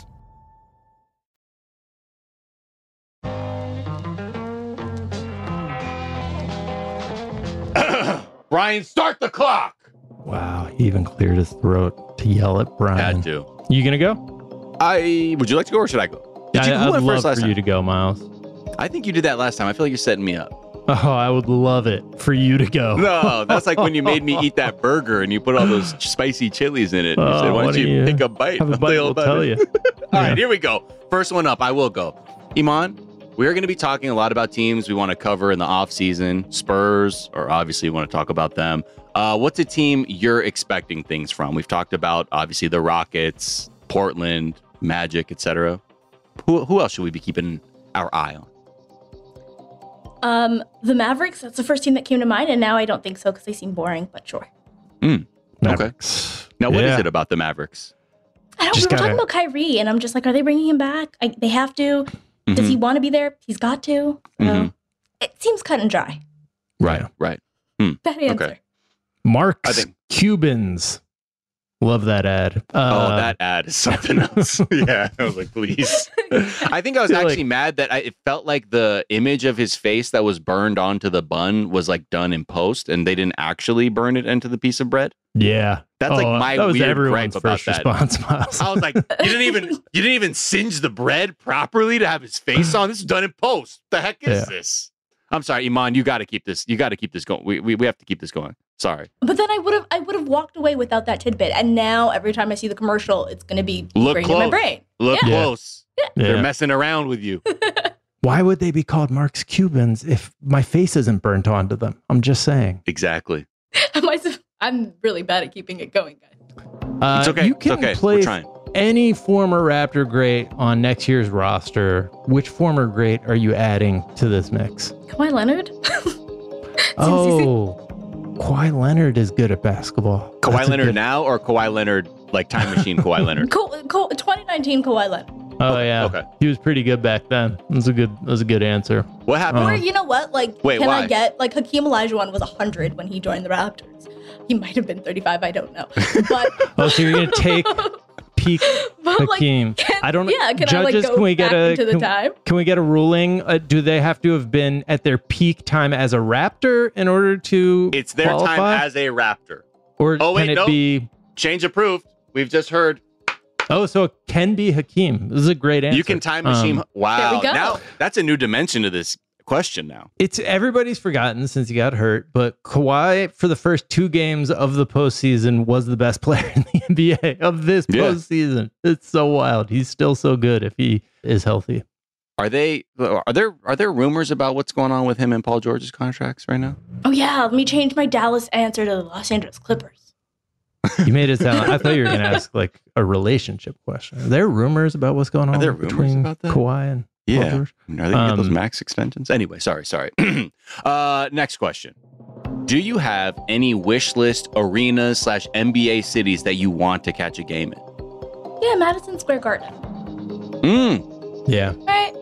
Speaker 12: Brian, start the clock.
Speaker 5: Wow, he even cleared his throat to yell at Brian.
Speaker 12: Had to.
Speaker 5: You gonna go?
Speaker 3: I would you like to go or should I go? Did you,
Speaker 5: I,
Speaker 3: who
Speaker 5: would
Speaker 3: went
Speaker 5: love
Speaker 3: first last
Speaker 5: for you
Speaker 3: time?
Speaker 5: to go, Miles.
Speaker 3: I think you did that last time. I feel like you're setting me up.
Speaker 5: Oh, I would love it for you to go.
Speaker 3: No, that's like when
Speaker 5: [LAUGHS]
Speaker 3: you made me eat that burger and you put all those spicy chilies in it. You said,
Speaker 5: Oh,
Speaker 3: "Why
Speaker 5: why
Speaker 3: don't
Speaker 5: don't
Speaker 3: you,
Speaker 5: you
Speaker 3: pick a bite?"
Speaker 5: have a
Speaker 3: [LAUGHS] I'll
Speaker 5: bite,
Speaker 3: you all
Speaker 5: we'll
Speaker 3: about
Speaker 5: tell
Speaker 3: it."
Speaker 5: you.
Speaker 3: all right, here we go. First one up. I will go. Iman, we are going to be talking a lot about teams we want to cover in the offseason. Spurs, or obviously, we want to talk about them. Uh, what's a team you're expecting things from? We've talked about obviously the Rockets, Portland, Magic, etc. Who who else should we be keeping our eye on?
Speaker 13: Um, the Mavericks, that's the first team that came to mind, and now I don't think so because they seem boring, but sure.
Speaker 5: Hmm. Mavericks.
Speaker 3: Now, what is
Speaker 5: Yeah.
Speaker 3: it about the Mavericks?
Speaker 13: I don't.
Speaker 5: Just
Speaker 13: we were
Speaker 5: gotta-
Speaker 13: talking about Kyrie, and I'm just like, are they bringing him back? I, they have to.
Speaker 3: Mm-hmm.
Speaker 13: Does he want to be there? He's got to.
Speaker 3: Mhm.
Speaker 13: It seems cut and dry.
Speaker 5: Right.
Speaker 3: Right. Hmm.
Speaker 13: That answer.
Speaker 3: Okay.
Speaker 5: Marks Cubans. Love that ad. Uh,
Speaker 3: oh, that ad
Speaker 5: [LAUGHS]
Speaker 3: is something else. [LAUGHS] yeah, I was like, please. I think I was
Speaker 5: You're [LAUGHS]
Speaker 3: actually
Speaker 5: like-
Speaker 3: mad that I, it felt like the image of his face that was burned onto the bun was like done in post, and they didn't actually burn it into the piece of bread.
Speaker 5: Yeah.
Speaker 3: That's like
Speaker 5: Oh,
Speaker 3: my
Speaker 5: that was
Speaker 3: weird
Speaker 5: everyone's
Speaker 3: gripe about
Speaker 5: first
Speaker 3: that.
Speaker 5: response, [LAUGHS] Miles.
Speaker 3: I was like, you didn't even you didn't even singe the bread properly to have his face on. This is done in post. The heck is
Speaker 5: Yeah.
Speaker 3: this? I'm sorry, Iman. You got to keep this. You got to keep this going. We, we we have to keep this going. Sorry.
Speaker 13: But then I would have. I would have walked away without that tidbit. And now every time I see the commercial, it's going to be
Speaker 3: Look
Speaker 13: ingrained
Speaker 3: close.
Speaker 13: in my brain.
Speaker 3: Look
Speaker 5: Yeah.
Speaker 3: close. They're
Speaker 5: Yeah.
Speaker 3: messing around with you.
Speaker 5: Why would they be called Marks Cubans if my face isn't burnt onto them? I'm just saying.
Speaker 3: Exactly.
Speaker 13: [LAUGHS] Am I? sup- I'm really bad at keeping it going. guys.
Speaker 5: Uh,
Speaker 3: It's okay.
Speaker 5: You
Speaker 3: It's
Speaker 5: can
Speaker 3: okay. We're
Speaker 5: place
Speaker 3: trying.
Speaker 5: any former Raptor great on next year's roster. Which former great are you adding to this
Speaker 3: [LAUGHS]
Speaker 5: mix?
Speaker 13: Kawhi Leonard. [LAUGHS]
Speaker 5: Oh, Kawhi Leonard is good at basketball.
Speaker 3: Kawhi
Speaker 5: That's a
Speaker 3: Leonard
Speaker 5: good-
Speaker 3: now or Kawhi Leonard like time
Speaker 5: [LAUGHS]
Speaker 3: machine Kawhi Leonard?
Speaker 13: Ka- Ka- 2019 Kawhi Leonard.
Speaker 5: Oh yeah,
Speaker 3: okay.
Speaker 5: he was pretty good back then. That was a good. That was a good answer. Oh.
Speaker 3: What happened?
Speaker 13: Or you know what? Like,
Speaker 3: Wait,
Speaker 13: can
Speaker 3: why?
Speaker 13: I get like Hakeem Olajuwon was 100 when he joined the Raptors. He might have been 35.
Speaker 3: [LAUGHS]
Speaker 13: I don't know. But
Speaker 5: Oh, so you're
Speaker 13: [LAUGHS]
Speaker 5: gonna take peak
Speaker 13: But, like,
Speaker 5: Hakeem?
Speaker 13: can-
Speaker 5: I don't.
Speaker 13: yeah, can I, like,
Speaker 5: judges,
Speaker 13: go
Speaker 5: can we get
Speaker 13: back
Speaker 5: a
Speaker 13: into the
Speaker 5: can,
Speaker 13: time?
Speaker 5: Can we get a ruling? Uh, do they have to have been at their peak time as a Raptor in order to?
Speaker 3: It's their
Speaker 5: qualify?
Speaker 3: time as a Raptor.
Speaker 5: or
Speaker 3: Oh,
Speaker 5: can
Speaker 3: wait,
Speaker 5: it
Speaker 3: no.
Speaker 5: be?
Speaker 3: Change approved. We've just heard
Speaker 5: Oh, so it can be Hakeem. This is a great answer.
Speaker 3: you can time machine.
Speaker 5: Um,
Speaker 3: wow.
Speaker 13: go.
Speaker 3: Now that's a new dimension to this question now.
Speaker 5: it's everybody's forgotten since he got hurt, but Kawhi for the first two games of the postseason was the best [LAUGHS] player in the NBA of this
Speaker 3: Yeah.
Speaker 5: postseason. It's so wild. He's still so good if he is healthy.
Speaker 3: Are they are there are there rumors about what's going on with him and Paul George's contracts right now?
Speaker 13: oh yeah, let me change my Dallas answer to the Los Angeles Clippers.
Speaker 5: You made it sound. I thought you were going to ask like a relationship question. Are there rumors about what's going on
Speaker 3: there rumors
Speaker 5: between
Speaker 3: about that?
Speaker 5: Kawhi and Paul
Speaker 3: Yeah.
Speaker 5: George?
Speaker 3: I mean, are they gonna get those
Speaker 5: Um,
Speaker 3: max extensions? Anyway, sorry, sorry. [CLEARS THROAT] uh, next question. Do you have any wish list arenas slash NBA cities that you want to catch a game in?
Speaker 13: Yeah, Madison Square Garden.
Speaker 3: Mm,
Speaker 5: Yeah,
Speaker 13: Right?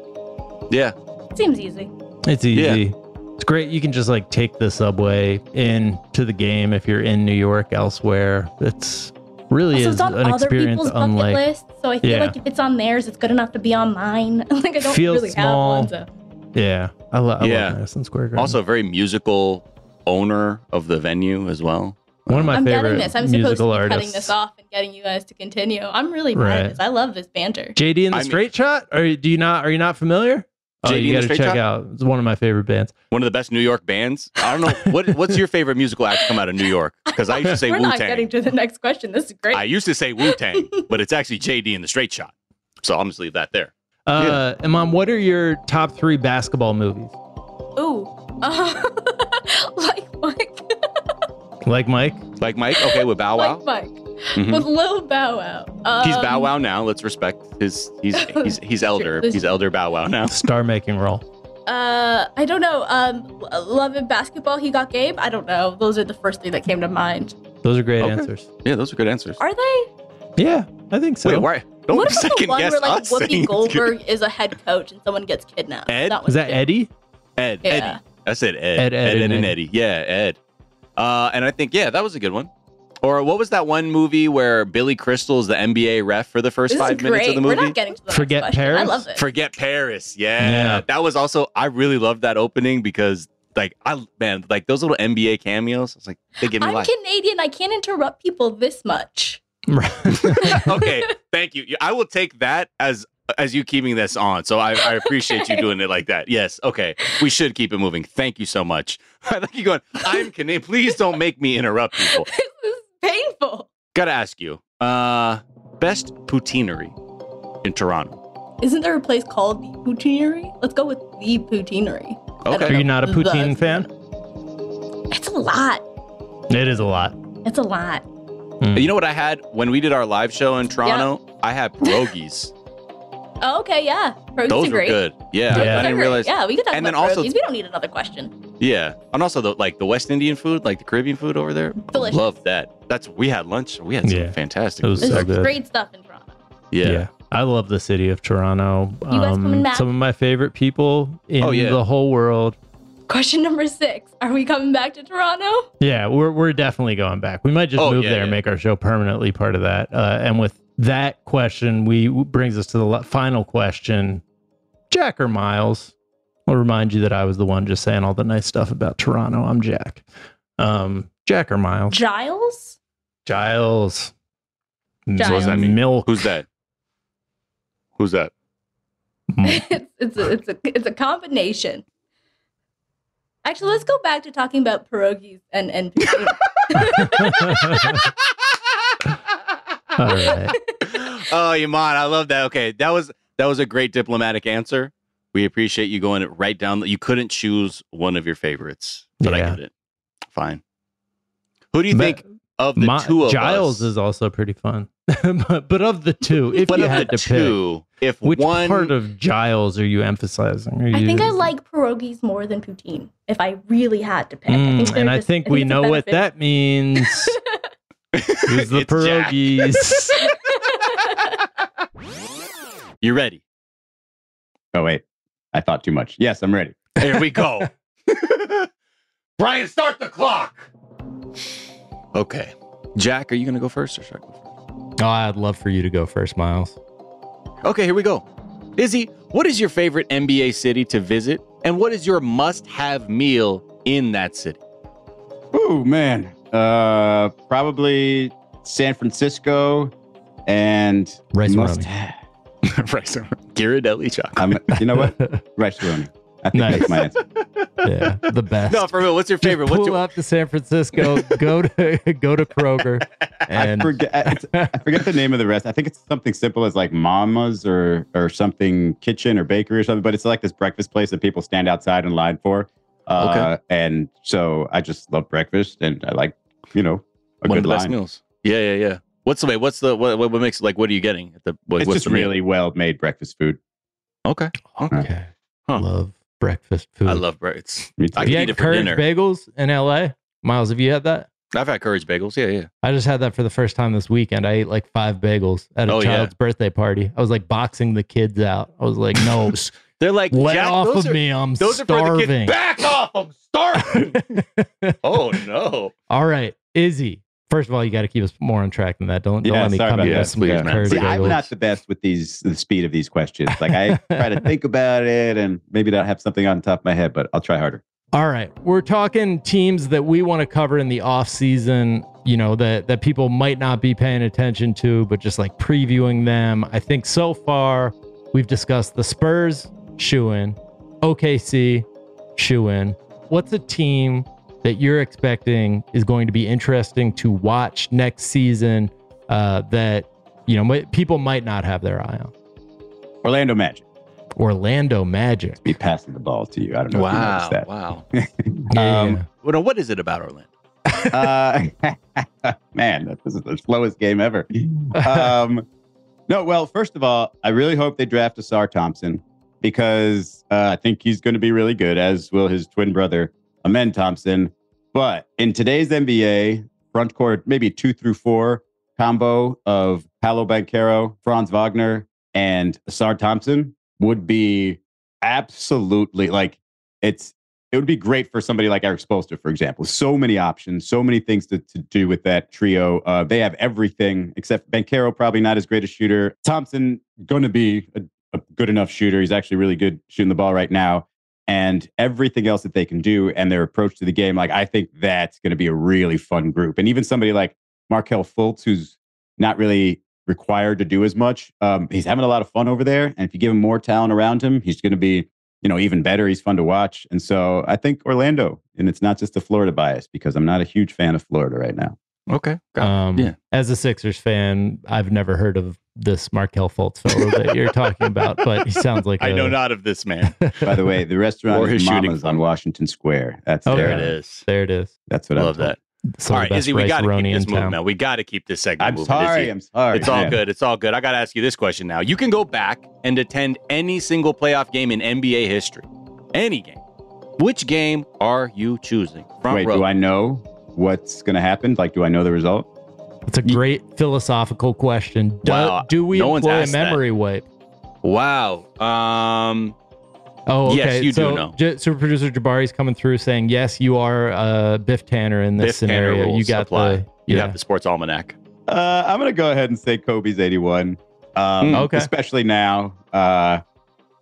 Speaker 3: yeah.
Speaker 13: Seems easy.
Speaker 5: it's
Speaker 3: Yeah.
Speaker 5: easy. It's great. You can just like take the subway in to the game if you're in New York elsewhere. It's really
Speaker 13: Also,
Speaker 5: is
Speaker 13: it's on
Speaker 5: an
Speaker 13: other
Speaker 5: experience
Speaker 13: people's bucket
Speaker 5: unlike
Speaker 13: lists, so I feel
Speaker 5: Yeah.
Speaker 13: like if it's on theirs, it's good enough to be on mine. [LAUGHS] like I don't
Speaker 5: Feels
Speaker 13: really
Speaker 5: small.
Speaker 13: have one. So.
Speaker 5: Yeah, I, lo- I
Speaker 3: Yeah.
Speaker 5: love Madison Square Garden.
Speaker 3: Also, very musical owner of the venue as well.
Speaker 5: one of my
Speaker 13: I'm
Speaker 5: favorite
Speaker 13: getting this. I'm supposed to
Speaker 5: musical
Speaker 13: be cutting
Speaker 5: artists.
Speaker 13: this off and getting you guys to continue. I'm really bad
Speaker 5: Right.
Speaker 13: at this. I love this banter.
Speaker 5: JD and the
Speaker 3: I mean-
Speaker 5: Straight Shot. Are do you not? Are you not familiar? oh,
Speaker 3: JD and
Speaker 5: you
Speaker 3: the
Speaker 5: got to
Speaker 3: Straight
Speaker 5: check
Speaker 3: Shot?
Speaker 5: out. It's one of my favorite bands.
Speaker 3: One of the best New York bands. I don't
Speaker 5: [LAUGHS]
Speaker 3: know what what's your favorite musical act come out of New York? Because I used to say
Speaker 13: We're
Speaker 3: Wu
Speaker 13: not getting
Speaker 3: Tang.
Speaker 13: to the next question. This is great.
Speaker 3: I used to say Wu Tang,
Speaker 13: [LAUGHS]
Speaker 3: but it's actually JD in the Straight Shot. So I'm just leave that there.
Speaker 5: Uh, And mom, what are your top three basketball movies?
Speaker 13: Ooh. [LAUGHS] Uh, like Mike.
Speaker 5: Like Mike,
Speaker 3: Like Mike, okay, with Bow Wow.
Speaker 13: Like Mike.
Speaker 3: Mhm.
Speaker 13: With Lil Bow Wow. Um,
Speaker 3: He's Bow Wow now. Let's respect his. He's he's
Speaker 13: [LAUGHS]
Speaker 3: he's elder.
Speaker 13: This-
Speaker 3: He's elder Bow Wow now.
Speaker 5: star making role.
Speaker 13: Uh, I don't know. Um, L- Love and Basketball, He Got Game? I don't know. Those are the first three that came to mind.
Speaker 5: Those are great
Speaker 3: Okay.
Speaker 5: answers.
Speaker 3: Yeah, those are good answers.
Speaker 13: Are they?
Speaker 5: Yeah, I think so.
Speaker 3: Wait, why? Don't
Speaker 13: what about the
Speaker 3: second
Speaker 13: one
Speaker 3: guess
Speaker 13: where like
Speaker 3: us.
Speaker 13: Whoopi
Speaker 3: saying-
Speaker 13: Goldberg is a head coach and someone gets kidnapped?
Speaker 3: Ed?
Speaker 13: That
Speaker 5: Is that Eddie?
Speaker 3: Ed,
Speaker 13: Yeah.
Speaker 3: Eddie. I said
Speaker 5: Ed, Ed,
Speaker 3: Ed. Ed,
Speaker 5: and
Speaker 3: and
Speaker 5: Eddie.
Speaker 3: Eddie. Yeah, Ed. Uh, and I think yeah, that was a good one. Or what was that one movie where Billy Crystal is the NBA ref for the first
Speaker 13: This
Speaker 3: five
Speaker 13: is
Speaker 3: minutes
Speaker 13: great.
Speaker 3: of the
Speaker 13: We're
Speaker 3: movie?
Speaker 13: not getting to the
Speaker 5: Forget
Speaker 13: next question. I
Speaker 5: Paris?
Speaker 13: love it.
Speaker 3: Forget Paris. Yeah.
Speaker 5: Yeah.
Speaker 3: That was also I really loved that opening because like I man, like those little NBA cameos, I was like, they give me
Speaker 13: I'm
Speaker 3: life.
Speaker 13: Canadian. I can't interrupt people this much. [LAUGHS]
Speaker 3: okay, thank you. I will take that as as you keeping this on. So I, I appreciate you
Speaker 13: Okay.
Speaker 3: doing it like that. Yes. Okay. We should keep it moving. Thank you so much. [LAUGHS] I like you going. I'm Canadian. Please don't make me interrupt people.
Speaker 13: this is painful.
Speaker 3: Gotta ask you. Uh, best poutineery in Toronto.
Speaker 13: Isn't there a place called the Poutinery? Let's go with the Poutinery. I don't
Speaker 3: Okay.
Speaker 5: Are you not a
Speaker 13: The-
Speaker 5: poutine fan?
Speaker 13: It's a lot.
Speaker 5: It is a lot. Mm.
Speaker 13: It's a lot.
Speaker 3: You know what I had when we did our live show in Toronto? I had pierogies.
Speaker 13: Oh, okay, yeah. Programs
Speaker 3: Those
Speaker 13: are
Speaker 3: were
Speaker 13: great.
Speaker 3: good. Yeah,
Speaker 13: Programs
Speaker 3: I
Speaker 13: are
Speaker 3: didn't
Speaker 13: great.
Speaker 3: realize.
Speaker 13: Yeah, we could talk
Speaker 3: and
Speaker 13: about
Speaker 3: then also,
Speaker 13: Pierogies. We don't need another question.
Speaker 3: yeah, and also the like the West Indian food, like the Caribbean food over there.
Speaker 13: Delicious.
Speaker 3: Love that. That's we had lunch. We had some fantastic.
Speaker 5: It was
Speaker 3: food.
Speaker 5: so good.
Speaker 13: Great stuff in Toronto.
Speaker 3: Yeah.
Speaker 5: I love the city of Toronto. Um,
Speaker 13: You guys coming back?
Speaker 5: Some of my favorite people in
Speaker 13: Oh, yeah.
Speaker 5: the whole world.
Speaker 13: Question number six: Are we coming back to Toronto?
Speaker 5: Yeah, we're we're definitely going back. We might just
Speaker 3: Oh,
Speaker 5: move
Speaker 3: yeah,
Speaker 5: there and
Speaker 3: yeah.
Speaker 5: make our show permanently part of that. Uh, and with that question, we brings us to the la- final question: Jack or Miles? I'll remind you that I was the one just saying all the nice stuff about Toronto. I'm Jack. Um, Jack or Miles?
Speaker 13: Giles.
Speaker 3: [LAUGHS]
Speaker 5: Giles.
Speaker 13: Giles. What's that
Speaker 5: Mm. Milk.
Speaker 3: Who's that? Who's that?
Speaker 13: It's a, it's a it's a combination. Actually, let's go back to talking about pierogies and and.
Speaker 5: [LAUGHS] All right.
Speaker 3: oh, Iman, I love that. Okay, that was that was a great diplomatic answer. We appreciate you going it right down. You couldn't choose one of your favorites, but I get it. Fine. Who do you think of the
Speaker 5: My-
Speaker 3: two of
Speaker 5: Giles
Speaker 3: us?
Speaker 5: is also pretty fun. [LAUGHS] but, but of the two, if
Speaker 3: But
Speaker 5: you
Speaker 3: of
Speaker 5: had
Speaker 3: the
Speaker 5: to
Speaker 3: two,
Speaker 5: pick,
Speaker 3: if
Speaker 5: which
Speaker 3: one-
Speaker 5: part of Giles are you emphasizing? Are
Speaker 13: I
Speaker 5: you,
Speaker 13: think I like pierogies more than poutine. If I really had to pick, I think
Speaker 5: Mm,
Speaker 13: they're
Speaker 5: and I
Speaker 13: just-
Speaker 5: think we
Speaker 13: it's a
Speaker 5: know what
Speaker 13: benefit.
Speaker 5: that means.
Speaker 13: [LAUGHS]
Speaker 5: It's the pierogies.
Speaker 3: [LAUGHS]
Speaker 13: [LAUGHS]
Speaker 5: [LAUGHS]
Speaker 3: You ready?
Speaker 14: Oh wait, I thought too much. Yes, I'm ready.
Speaker 3: Here we [LAUGHS] go.
Speaker 12: Brian, start the clock.
Speaker 3: Okay. Jack, are you going to go first or should I go first?
Speaker 10: Oh, I'd love for you to go first, Miles.
Speaker 3: Okay, here we go. Izzy, what is your favorite NBA city to visit? And what is your must have meal in that city?
Speaker 14: Oh man, uh, probably San Francisco and
Speaker 10: rice
Speaker 14: must
Speaker 3: [LAUGHS] rice Ghirardelli chocolate.
Speaker 14: I'm, you know what? rice I think that's my answer.
Speaker 5: yeah, the best.
Speaker 3: No, for real. What's your favorite?
Speaker 5: Pull
Speaker 3: What's your
Speaker 5: up to San Francisco. Go to [LAUGHS] go to Kroger. And
Speaker 14: I forget. it's- I forget the name of the rest. I think it's something simple as like Mama's or or something kitchen or bakery or something. But it's like this breakfast place that people stand outside in line for. Uh, And so I just love breakfast, and I like you know a good
Speaker 3: one of the
Speaker 14: line.
Speaker 3: best meals? Yeah, yeah, yeah. What's the way? What's the what? What what makes like? What are you getting at the? What,
Speaker 14: it's
Speaker 3: what's
Speaker 14: just
Speaker 3: the meal?
Speaker 14: really well made breakfast food.
Speaker 3: [LAUGHS] okay. Okay.
Speaker 5: Love breakfast food.
Speaker 3: I love bread. It's,
Speaker 14: Me
Speaker 3: I
Speaker 5: Have you
Speaker 3: can eat
Speaker 5: had
Speaker 3: it for
Speaker 5: Courage
Speaker 3: dinner.
Speaker 5: bagels in L.A. Miles, have you had that?
Speaker 3: I've had courage bagels. Yeah, yeah.
Speaker 5: I just had that for the first time this weekend. I ate like five bagels at a
Speaker 3: Oh, yeah.
Speaker 5: child's birthday party. I was like boxing the kids out. I was like, no,
Speaker 3: [LAUGHS] They're like,
Speaker 5: let
Speaker 3: Jack,
Speaker 5: off
Speaker 3: those
Speaker 5: of
Speaker 3: are-
Speaker 5: me. I'm
Speaker 3: those are for the
Speaker 5: starving.
Speaker 3: kids. Back off! I'm
Speaker 5: [LAUGHS]
Speaker 3: starving. oh no.
Speaker 5: All right, Izzy. First of all, you got to keep us more on track than that. Don't, don't let me come
Speaker 14: about
Speaker 5: at
Speaker 14: that.
Speaker 5: us with Courage
Speaker 14: See, I'm
Speaker 5: bagels.
Speaker 14: not the best with these the speed of these questions. Like I try to think about it and maybe not have something on the top of my head, but I'll try harder.
Speaker 5: All right, we're talking teams that we want to cover in the off season. You know that that people might not be paying attention to, but just like previewing them. I think so far we've discussed the Spurs shoe in, OKC shoe in. What's a team that you're expecting is going to be interesting to watch next season? Uh, that you know might- people might not have their eye on.
Speaker 14: Orlando Magic.
Speaker 5: Orlando Magic.
Speaker 14: Be passing the ball to you. I don't know if you
Speaker 3: Wow.
Speaker 14: noticed that.
Speaker 3: Wow.
Speaker 5: Yeah,
Speaker 14: Um,
Speaker 5: yeah.
Speaker 3: Well, now, what is it about Orlando?
Speaker 14: [LAUGHS] uh, man, that- this is the slowest game ever. Um, no, well, first of all, I really hope they draft Asar Thompson because uh, I think he's going to be really good, as will his twin brother, Amen Thompson. But in today's NBA, front court, maybe two through four combo of Paolo Banquero, Franz Wagner, and Asar Thompson would be absolutely like it's it would be great for somebody like Eric Spolster, for example. So many options, so many things to, to do with that trio. Uh, they have everything except Bankero, probably not as great a shooter. Thompson, going to be a, a good enough shooter. He's actually really good shooting the ball right now. And everything else that they can do and their approach to the game, like, I think that's going to be a really fun group. And even somebody like Markel Fultz, who's not really required to do as much, um, he's having a lot of fun over there. And if you give him more talent around him, he's going to be you know, even better. He's fun to watch. And so I think Orlando, and it's not just the Florida bias because I'm not a huge fan of Florida right now.
Speaker 3: Okay.
Speaker 5: Um,
Speaker 3: Yeah.
Speaker 5: As a Sixers fan, I've never heard of this Markel Fultz fellow that you're talking about, but he sounds like
Speaker 3: [LAUGHS] I
Speaker 5: a-
Speaker 3: know not of this man.
Speaker 14: By the way, the restaurant
Speaker 3: Or his
Speaker 14: is
Speaker 3: shooting
Speaker 14: Mama's on Washington Square. That's
Speaker 5: Oh,
Speaker 14: there.
Speaker 5: yeah.
Speaker 3: It is.
Speaker 5: There it is.
Speaker 14: That's what
Speaker 3: Love
Speaker 14: I'm
Speaker 3: that.
Speaker 5: Some
Speaker 3: all
Speaker 5: of the
Speaker 3: right,
Speaker 5: best
Speaker 3: Izzy, we
Speaker 5: rice
Speaker 3: got to keep
Speaker 5: roni
Speaker 3: this
Speaker 5: in
Speaker 3: moving
Speaker 5: town.
Speaker 3: now. We got to keep this segment
Speaker 5: I'm
Speaker 3: moving.
Speaker 5: sorry,
Speaker 3: Izzy.
Speaker 5: I'm sorry,
Speaker 3: It's all
Speaker 5: man.
Speaker 3: good. It's all good. I got to ask you this question now. You can go back and attend any single playoff game in NBA history, any game. Which game are you choosing? Front
Speaker 14: Wait,
Speaker 3: row.
Speaker 14: do I know what's going to happen? Like, do I know the result?
Speaker 5: It's a great philosophical question. Do,
Speaker 3: Wow,
Speaker 5: do we
Speaker 3: no one's
Speaker 5: employ a
Speaker 3: asked that.
Speaker 5: memory wipe?
Speaker 3: Wow. Um.
Speaker 5: Oh, okay.
Speaker 3: Yes, you do
Speaker 5: so,
Speaker 3: know.
Speaker 5: J- Super producer Jabari's coming through saying, "Yes, you are uh, Biff Tanner in this
Speaker 3: Biff Tanner
Speaker 5: scenario. you
Speaker 3: rules
Speaker 5: got
Speaker 3: apply.
Speaker 5: the
Speaker 3: You
Speaker 5: yeah.
Speaker 3: have the sports almanac.
Speaker 14: Uh, I'm going to go ahead and say Kobe's 81. Um,
Speaker 3: Hmm. Okay.
Speaker 14: Especially now. Uh,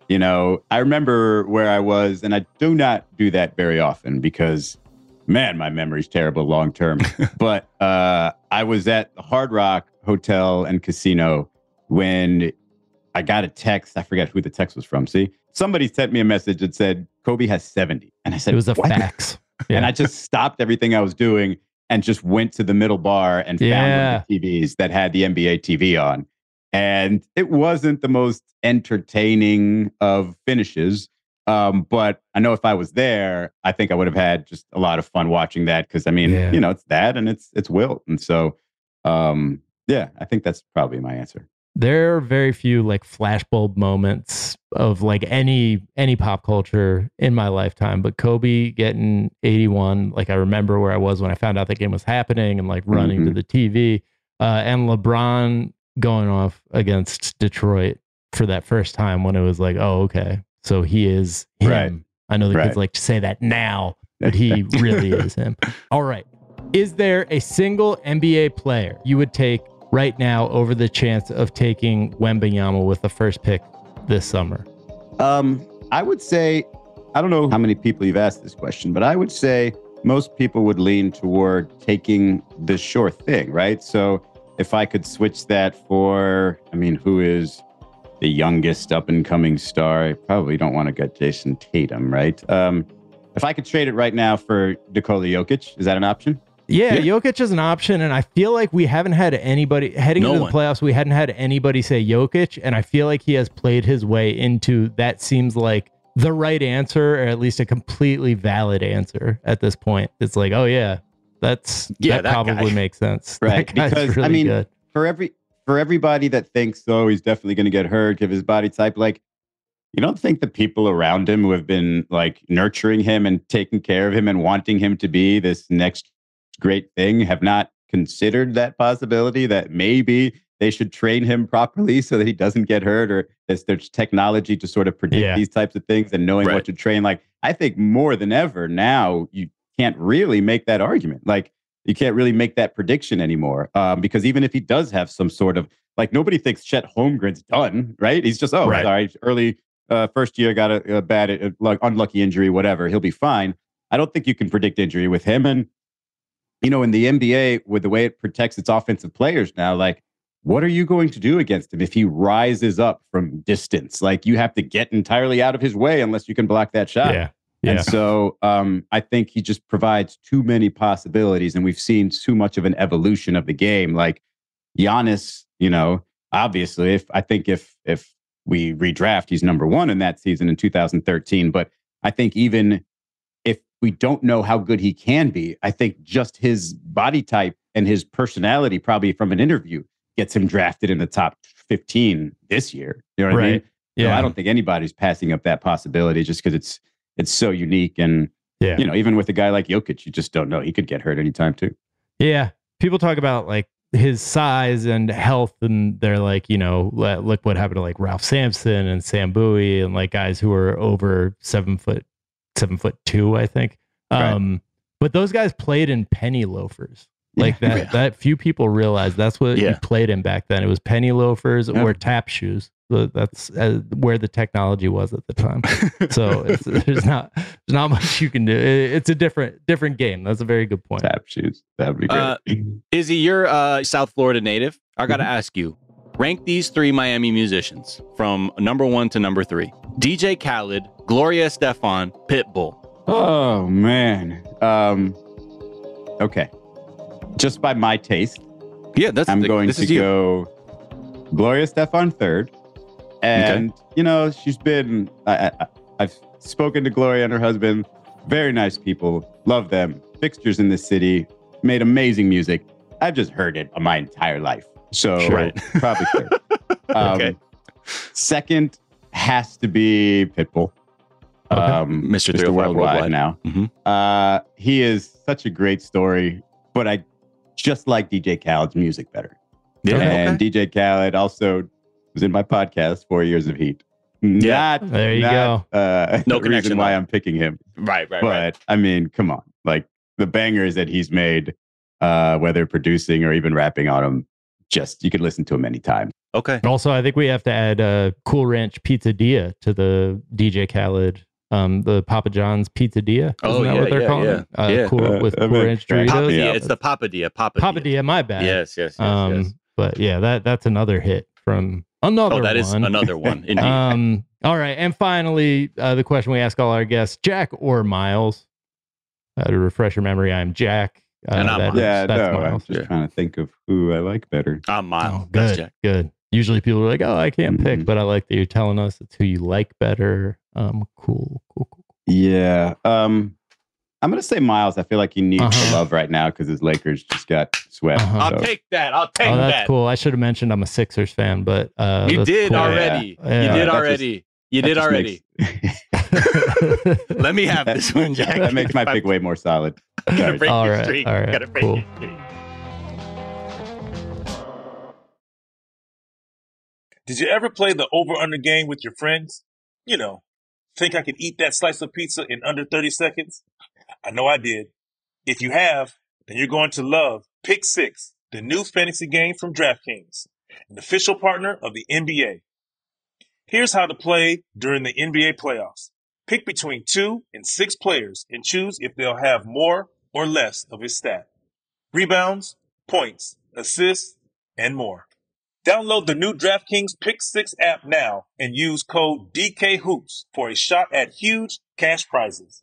Speaker 14: you know, I remember where I was, and I do not do that very often because, man, my memory's terrible long
Speaker 3: [LAUGHS]
Speaker 14: term. but uh, I was at the Hard Rock Hotel and Casino when I got a text. I forget who the text was from. See, somebody sent me a message that said Kobe has 70. And I said,
Speaker 5: It was a
Speaker 14: "What?"
Speaker 5: fax.
Speaker 14: And I just stopped everything I was doing and just went to the middle bar and found one of the TVs that had the NBA TV on. And it wasn't the most entertaining of finishes. Um, but I know if I was there, I think I would have had just a lot of fun watching that because I mean,
Speaker 5: Yeah.
Speaker 14: you know, it's that and it's it's Wilt. And so um yeah, I think that's probably my answer.
Speaker 5: There are very few like flashbulb moments of like any any pop culture in my lifetime, but Kobe getting 81, like I remember where I was when I found out that game was happening and like running
Speaker 14: Mm-hmm.
Speaker 5: to the TV, uh, and LeBron going off against Detroit for that first time when it was like, oh okay, so he is him.
Speaker 14: Right.
Speaker 5: I know the
Speaker 14: Right.
Speaker 5: kids like to say that now,
Speaker 14: [LAUGHS]
Speaker 5: but he really is him. All right. Is there a single NBA player you would take right now over the chance of taking Wembenyama with the first pick this summer?
Speaker 14: Um, I would say, I don't know how many people you've asked this question, but I would say most people would lean toward taking the sure thing, right? So if I could switch that for, I mean, who is the youngest up and coming star? I probably don't want to get Jason Tatum, right? Um, if I could trade it right now for Nikola Jokic, is that an option?
Speaker 5: Yeah, Jokic is an option, and I feel like we haven't had anybody heading
Speaker 14: No
Speaker 5: into
Speaker 14: one.
Speaker 5: the playoffs. We hadn't had anybody say Jokic, and I feel like he has played his way into that. Seems like the right answer, or at least a completely valid answer at this point. It's like, oh yeah, that's
Speaker 14: Yeah,
Speaker 5: that,
Speaker 14: that
Speaker 5: probably
Speaker 14: guy.
Speaker 5: makes sense,
Speaker 14: [LAUGHS]
Speaker 5: [LAUGHS]
Speaker 14: right?
Speaker 5: That guy's
Speaker 14: because I
Speaker 5: really
Speaker 14: mean,
Speaker 5: good.
Speaker 14: for every for everybody that thinks, oh, he's definitely going to get hurt, give his body type, like you don't think the people around him who have been like nurturing him and taking care of him and wanting him to be this next great thing have not considered that possibility that maybe they should train him properly so that he doesn't get hurt or there's, there's technology to sort of predict
Speaker 5: Yeah.
Speaker 14: these types of things and knowing what to train like i think more than ever now you can't really make that argument like you can't really make that prediction anymore um, because even if he does have some sort of like nobody thinks Chet Holmgren's done, right? He's just oh,
Speaker 5: Right.
Speaker 14: sorry, early uh, first year got a, a bad, uh, like unlucky injury, whatever. He'll be fine. I don't think you can predict injury with him, and you know, in the NBA, with the way it protects its offensive players now, like, what are you going to do against him if he rises up from distance? Like, you have to get entirely out of his way unless you can block that shot.
Speaker 5: Yeah. Yeah.
Speaker 14: And so um, I think he just provides too many possibilities. And we've seen too much of an evolution of the game. Like, Giannis, you know, obviously, if I think if if we redraft, he's number one in that season in 2013. But I think even if we don't know how good he can be, I think just his body type and his personality, probably from an interview, gets him drafted in the top 15 this year. You know what I mean?
Speaker 5: Right.
Speaker 14: So
Speaker 5: Yeah.
Speaker 14: I don't think anybody's passing up that possibility just because it's it's so unique and
Speaker 5: Yeah.
Speaker 14: you know, even with a guy like Jokic, you just don't know. He could get hurt anytime too.
Speaker 5: Yeah. People talk about like his size and health, and they're like, you know, le- look what happened to like Ralph Sampson and Sam Bowie and like guys who are over seven foot, seven foot two, I think. Um, But those guys played in penny loafers. Like
Speaker 14: [LAUGHS]
Speaker 5: that, that few people realize that's what you
Speaker 3: Yeah.
Speaker 5: played in back then. It was penny loafers
Speaker 3: Yeah.
Speaker 5: or tap shoes. The- That's uh, where the technology was at the time. so
Speaker 14: [LAUGHS]
Speaker 5: it's, there's not there's not much you can do. It- it's a different different game. That's a very good point.
Speaker 14: Tap shoes. That'd be
Speaker 3: Uh, Izzy, you're a South Florida native. I got to ask you rank these three Miami musicians from number one to number three DJ Khaled, Gloria Estefan, Pitbull.
Speaker 14: Oh man. Um okay. Just by my taste.
Speaker 3: Yeah, that's
Speaker 14: I'm
Speaker 3: the-
Speaker 14: going
Speaker 3: this
Speaker 14: to
Speaker 3: is you.
Speaker 14: go Gloria Stefan third. And you know, she's been I, I I've spoken to Gloria and her husband. Very nice people. Love them. Fixtures in this city. made amazing music. I've just heard it my entire life. So
Speaker 3: Sure. [LAUGHS]
Speaker 14: probably clear.
Speaker 3: Okay.
Speaker 14: Um, Second has to be Pitbull. Um,
Speaker 3: Mr. Three Worldwide.
Speaker 14: Worldwide now. Uh, he is such a great story, but I just like DJ Khaled's music better.
Speaker 3: Yeah. Okay.
Speaker 14: And DJ Khaled also was in my podcast, Four Years of Heat.
Speaker 3: Yeah.
Speaker 14: Not,
Speaker 3: There you
Speaker 14: not, Uh, [LAUGHS]
Speaker 3: No
Speaker 14: no
Speaker 3: connection,
Speaker 14: reason why
Speaker 3: though.
Speaker 14: I'm picking him.
Speaker 3: Right, right,
Speaker 14: but,
Speaker 3: right.
Speaker 14: I mean, come on. Like the bangers that he's made, uh, whether producing or even rapping on them, just you could listen to him anytime.
Speaker 3: Okay.
Speaker 5: Also, I think we have to add uh, Cool Ranch Pizzeria to the DJ Khaled, um, the Papa John's Pizzeria. Isn't
Speaker 3: Oh,
Speaker 5: that
Speaker 3: yeah,
Speaker 5: what they're
Speaker 3: yeah,
Speaker 5: calling
Speaker 3: yeah.
Speaker 5: it? Uh,
Speaker 3: Yeah.
Speaker 5: Cool,
Speaker 3: Uh,
Speaker 5: with
Speaker 3: I
Speaker 5: Cool
Speaker 3: mean,
Speaker 5: Ranch Doritos.
Speaker 3: Papadia, it's the Papadia. Papadia.
Speaker 5: Papadia, my bad.
Speaker 3: Yes, yes, yes,
Speaker 5: um,
Speaker 3: yes.
Speaker 5: But yeah, that that's another hit from another
Speaker 3: Oh, that is
Speaker 5: one. [LAUGHS]
Speaker 3: another one, indeed.
Speaker 5: um, all right. And finally, uh, the question we ask all our guests Jack or Miles? Uh, to refresh your memory, I'm Jack. Uh,
Speaker 14: And
Speaker 5: that is-
Speaker 14: yeah,
Speaker 5: that's
Speaker 14: no, I'm
Speaker 5: Miles.
Speaker 14: just trying to think of who I like better.
Speaker 3: I'm Miles.
Speaker 5: Oh, Good. Good. Usually people are like, oh, I can't
Speaker 3: Mm-hmm.
Speaker 5: pick, but I like that you're telling us it's who you like better. Um, cool.
Speaker 14: Yeah. Um, I'm going to say Miles. I feel like he needs the love right now because his Lakers just got swept.
Speaker 5: Uh-huh.
Speaker 14: so-
Speaker 3: Take that. I'll take
Speaker 5: oh, that's
Speaker 3: that.
Speaker 5: cool. I should have mentioned I'm a Sixers fan, but uh,
Speaker 3: You
Speaker 5: that's
Speaker 3: did
Speaker 5: cool.
Speaker 3: already.
Speaker 5: Yeah.
Speaker 3: You
Speaker 5: Yeah.
Speaker 3: did already. you
Speaker 14: that
Speaker 3: did
Speaker 14: just
Speaker 3: already.
Speaker 5: [LAUGHS]
Speaker 3: Let me have
Speaker 14: [LAUGHS]
Speaker 3: this one, Jack.
Speaker 14: That makes my pick way more solid.
Speaker 3: [LAUGHS]
Speaker 14: Sorry.
Speaker 3: break your
Speaker 5: All right,
Speaker 3: streak.
Speaker 5: all right,
Speaker 3: Gotta break
Speaker 5: cool.
Speaker 3: your streak.
Speaker 9: Did you ever play the over under game with your friends? You know, think I could eat that slice of pizza in under 30 seconds? I know I did. If you have, then you're going to love Pick Six, the new fantasy game from DraftKings, an official partner of the NBA. Here's how to play during the NBA playoffs pick between two and six players and choose if they'll have more or less of a stat rebounds, points, assists, and more. Download the new DraftKings Pick Six app now and use code DKHOOPS for a shot at huge cash prizes.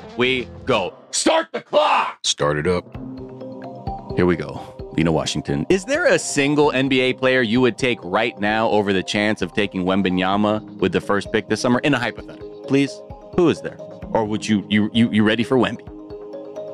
Speaker 3: we go. Start the clock. Start it up. Here we go. Lena Washington. Is there a single NBA player you would take right now over the chance of taking Wembenyama with the first pick this summer? In a hypothetical, please. Who is there? Or would you you you, you ready for Wemby?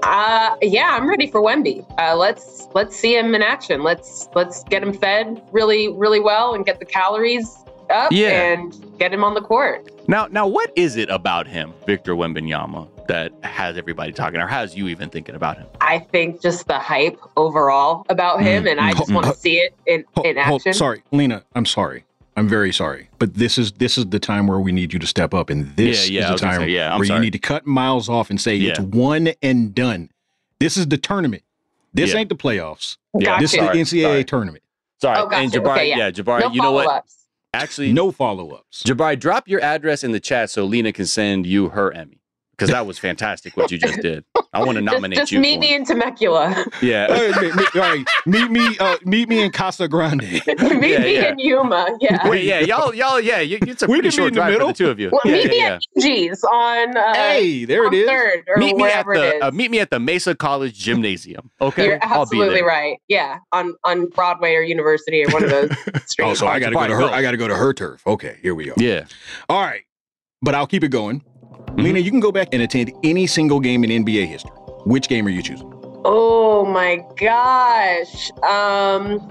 Speaker 15: Uh, yeah, I'm ready for Wemby. Uh, let's let's see him in action. Let's let's get him fed really really well and get the calories up
Speaker 3: Yeah.
Speaker 15: and get him on the court.
Speaker 3: Now now what is it about him, Victor Wembenyama, that has everybody talking or has you even thinking about him?
Speaker 15: I think just the hype overall about him,
Speaker 16: Mm,
Speaker 15: and I
Speaker 16: mm,
Speaker 15: just
Speaker 16: mm.
Speaker 15: want to see it in, in
Speaker 16: Hold-
Speaker 15: action.
Speaker 16: sorry, Lena. I'm sorry. I'm very sorry. But this is this is the time where we need you to step up, and this
Speaker 3: Yeah, yeah, I
Speaker 16: is
Speaker 3: was
Speaker 16: the
Speaker 3: gonna
Speaker 16: time
Speaker 3: say, yeah, I'm
Speaker 16: where
Speaker 3: sorry.
Speaker 16: you need to cut miles off and say it's
Speaker 3: Yeah.
Speaker 16: one and done. This is the tournament. This
Speaker 3: Yeah.
Speaker 16: ain't the playoffs.
Speaker 3: Yeah.
Speaker 16: This is the
Speaker 3: Gotcha.
Speaker 16: NCAA
Speaker 3: Sorry.
Speaker 16: tournament.
Speaker 3: Sorry.
Speaker 15: Oh, gotcha.
Speaker 3: And Jabari,
Speaker 15: Okay,
Speaker 3: yeah.
Speaker 15: yeah.
Speaker 3: Jabari,
Speaker 15: No
Speaker 3: you know what?
Speaker 15: follow-ups.
Speaker 3: Actually,
Speaker 16: no follow ups.
Speaker 3: Jabari, drop your address in the chat so Lena can send you her Emmy because that
Speaker 15: [LAUGHS]
Speaker 3: was fantastic what you just did. I want to nominate
Speaker 15: just
Speaker 3: you.
Speaker 15: meet
Speaker 3: for
Speaker 15: me
Speaker 3: one. [LAUGHS]
Speaker 15: in Temecula.
Speaker 3: Yeah.
Speaker 16: Hey, me- me- all right, meet me. Uh, meet me in Casa Grande.
Speaker 15: meet me in Yuma. Yeah.
Speaker 3: Wait, yeah, y'all, y'all, yeah, you, [LAUGHS] it's a
Speaker 16: We can
Speaker 3: pretty
Speaker 16: be
Speaker 3: short
Speaker 16: in the
Speaker 3: drive
Speaker 16: middle.
Speaker 3: for the two of you.
Speaker 15: Well,
Speaker 3: yeah,
Speaker 15: meet
Speaker 3: yeah,
Speaker 15: me
Speaker 3: yeah.
Speaker 15: at EG's on. Uh,
Speaker 16: Hey, there it
Speaker 15: on
Speaker 16: is.
Speaker 15: Third or
Speaker 3: meet me at
Speaker 15: wherever it is.
Speaker 3: the uh, meet me at the Mesa College Gymnasium. Okay,
Speaker 15: You're
Speaker 3: I'll be
Speaker 15: absolutely
Speaker 3: there. [LAUGHS]
Speaker 15: right. Yeah, on on Broadway or University or one of those.
Speaker 16: Oh, so I
Speaker 3: Alright,
Speaker 16: got to go to
Speaker 3: Jabari,
Speaker 16: her.
Speaker 3: go.
Speaker 16: I got to go to her turf. Okay, here we are.
Speaker 3: Yeah. Mm-hmm.
Speaker 16: All right, but I'll keep it going. Lena, you can go back and attend any single game in NBA history. Which game are you choosing?
Speaker 15: Oh my gosh. Um,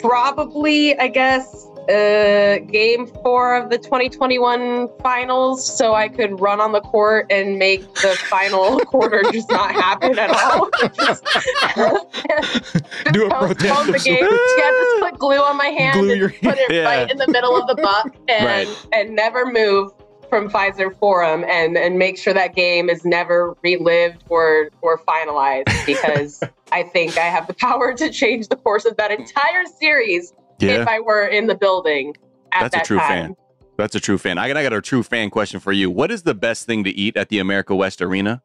Speaker 15: probably I guess uh, game four of the 2021 finals, so I could run on the court and make the final [LAUGHS] quarter just not happen
Speaker 3: [LAUGHS]
Speaker 15: at all. just
Speaker 16: Do a
Speaker 15: postpone
Speaker 16: protest
Speaker 15: the
Speaker 16: of
Speaker 15: game.
Speaker 16: sorts.
Speaker 15: Yeah, just put glue on my hand
Speaker 16: Glue
Speaker 15: and
Speaker 16: your
Speaker 15: put
Speaker 3: [LAUGHS]
Speaker 15: it
Speaker 16: hand.
Speaker 15: right
Speaker 16: Yeah.
Speaker 15: in the middle of the buck and
Speaker 16: Right.
Speaker 15: and never move from Pfizer Forum and and make sure that game is never relived or or
Speaker 3: [LAUGHS]
Speaker 15: finalized because I think I have the power to change the course of that entire series
Speaker 3: Yeah.
Speaker 15: if I were in the building at
Speaker 3: That's
Speaker 15: that
Speaker 3: a true
Speaker 15: time.
Speaker 3: fan. That's a true fan. I got, I got a true fan question for you. What is the best thing to eat at the America West Arena?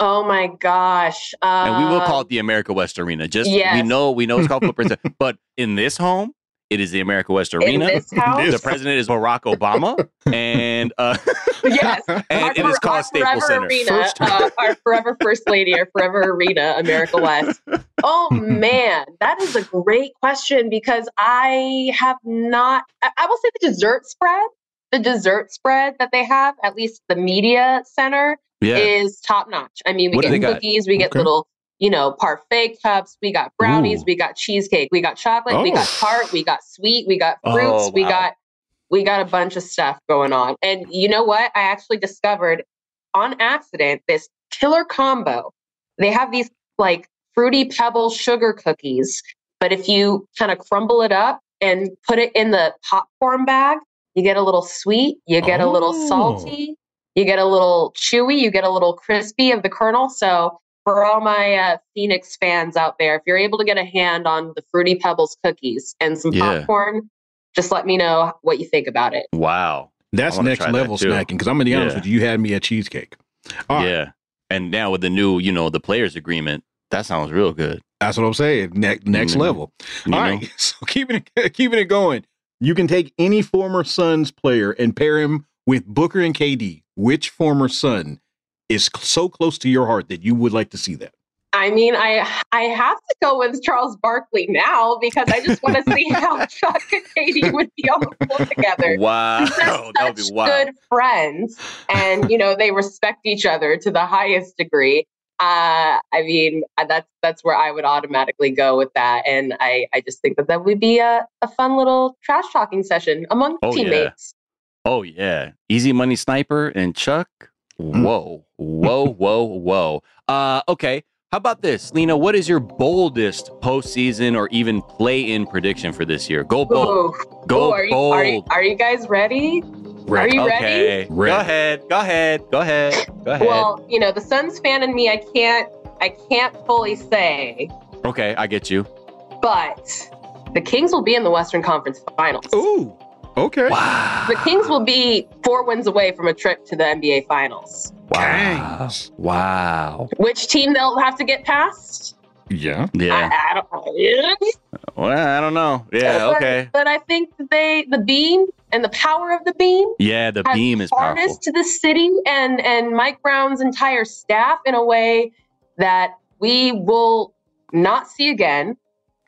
Speaker 15: Oh my gosh! Um,
Speaker 3: And we will call it the America West Arena. Just we
Speaker 15: yes.
Speaker 3: know we know it's called Footprint, Center,
Speaker 15: [LAUGHS]
Speaker 3: but in this home, it is the America West Arena.
Speaker 15: this house?
Speaker 3: The president is Barack Obama, and uh,
Speaker 15: [LAUGHS] yes,
Speaker 3: [LAUGHS] and it is called Staples Center.
Speaker 15: Forever Arena, uh, our forever First Lady, our forever Arena, America West.
Speaker 3: [LAUGHS]
Speaker 15: Oh man, that is a great question because I have not. I, I will say the dessert spread, the dessert spread that they have, at least the media center,
Speaker 3: Yeah.
Speaker 15: is top notch. I mean, we
Speaker 3: What do
Speaker 15: get
Speaker 3: they got?
Speaker 15: cookies, we get
Speaker 3: Okay.
Speaker 15: little. You know, parfait cups. We got brownies.
Speaker 3: Ooh.
Speaker 15: We got cheesecake. We got chocolate. We
Speaker 3: Oh.
Speaker 15: got tart. We got sweet. We got fruits.
Speaker 3: Oh,
Speaker 15: We
Speaker 3: wow.
Speaker 15: got we got a bunch of stuff going on. And you know what? I actually discovered on accident this killer combo. They have these like fruity pebble sugar cookies, but if you kind of crumble it up and put it in the popcorn bag, you get a little sweet, you get a
Speaker 5: Oh.
Speaker 15: little salty, you get a little chewy, you get a little crispy of the kernel. So for all my uh, Phoenix fans out there, if you're able to get a hand on the Fruity Pebbles cookies and some
Speaker 16: Yeah.
Speaker 15: popcorn, just let me know what you think about it.
Speaker 3: Wow,
Speaker 16: That's
Speaker 3: wanna
Speaker 16: next
Speaker 3: try that
Speaker 16: level
Speaker 3: too.
Speaker 16: snacking. Because I'm gonna be honest
Speaker 3: Yeah.
Speaker 16: with you, you had me at cheesecake. All right.
Speaker 3: yeah. And now with the new, you know, the players agreement, that sounds real good.
Speaker 16: [LAUGHS] That's what I'm saying. Next next
Speaker 3: Mhm.
Speaker 16: level.
Speaker 3: You
Speaker 16: All
Speaker 3: know?
Speaker 16: right. [LAUGHS] So keeping it [LAUGHS] keeping it going. You can take any former Suns player and pair him with Booker and KD. Which former Sun is c- so close to your heart that you would like to see that?
Speaker 15: I mean, I I have to go with Charles Barkley now because I just want to see how Chuck and Katie would be on the floor together.
Speaker 3: Wow. [LAUGHS]
Speaker 15: They're
Speaker 3: Uh, oh, That would be
Speaker 15: such
Speaker 3: wild.
Speaker 15: good friends, and you know they respect each other to the highest degree. Uh, I mean, uh, that's that's where I would automatically go with that, and I I just think that that would be a, a fun little trash talking session among
Speaker 3: Oh, yeah.
Speaker 15: teammates.
Speaker 3: Oh yeah, Easy Money Sniper and Chuck.
Speaker 16: Mm.
Speaker 3: Whoa, whoa, whoa, whoa. Uh, okay. How about this, Lena? What is your boldest postseason or even play-in prediction for this year? Go bold.
Speaker 15: Ooh.
Speaker 3: Go
Speaker 15: Ooh, are you,
Speaker 3: bold.
Speaker 15: Are you, are you guys ready? Are you ready?
Speaker 3: okay. Go ahead. Go ahead. Go ahead. Go ahead.
Speaker 15: Well, you know, the Suns fan in me, I can't, I can't fully say,
Speaker 3: okay, I get you.
Speaker 15: but the Kings will be in the Western Conference Finals.
Speaker 16: Ooh, okay.
Speaker 15: The Kings will be four wins away from a trip to the NBA Finals.
Speaker 3: Wow. Wow.
Speaker 15: Which team they'll have to get past?
Speaker 16: Yeah.
Speaker 3: Yeah.
Speaker 15: I don't.
Speaker 3: well, I don't know. Yeah.
Speaker 15: But-
Speaker 3: Okay.
Speaker 15: But I think that they, the beam and the power of the beam,
Speaker 3: Yeah, the
Speaker 15: have
Speaker 3: beam is powerful.
Speaker 15: harnessed to the city and and Mike Brown's entire staff in a way that we will not see again.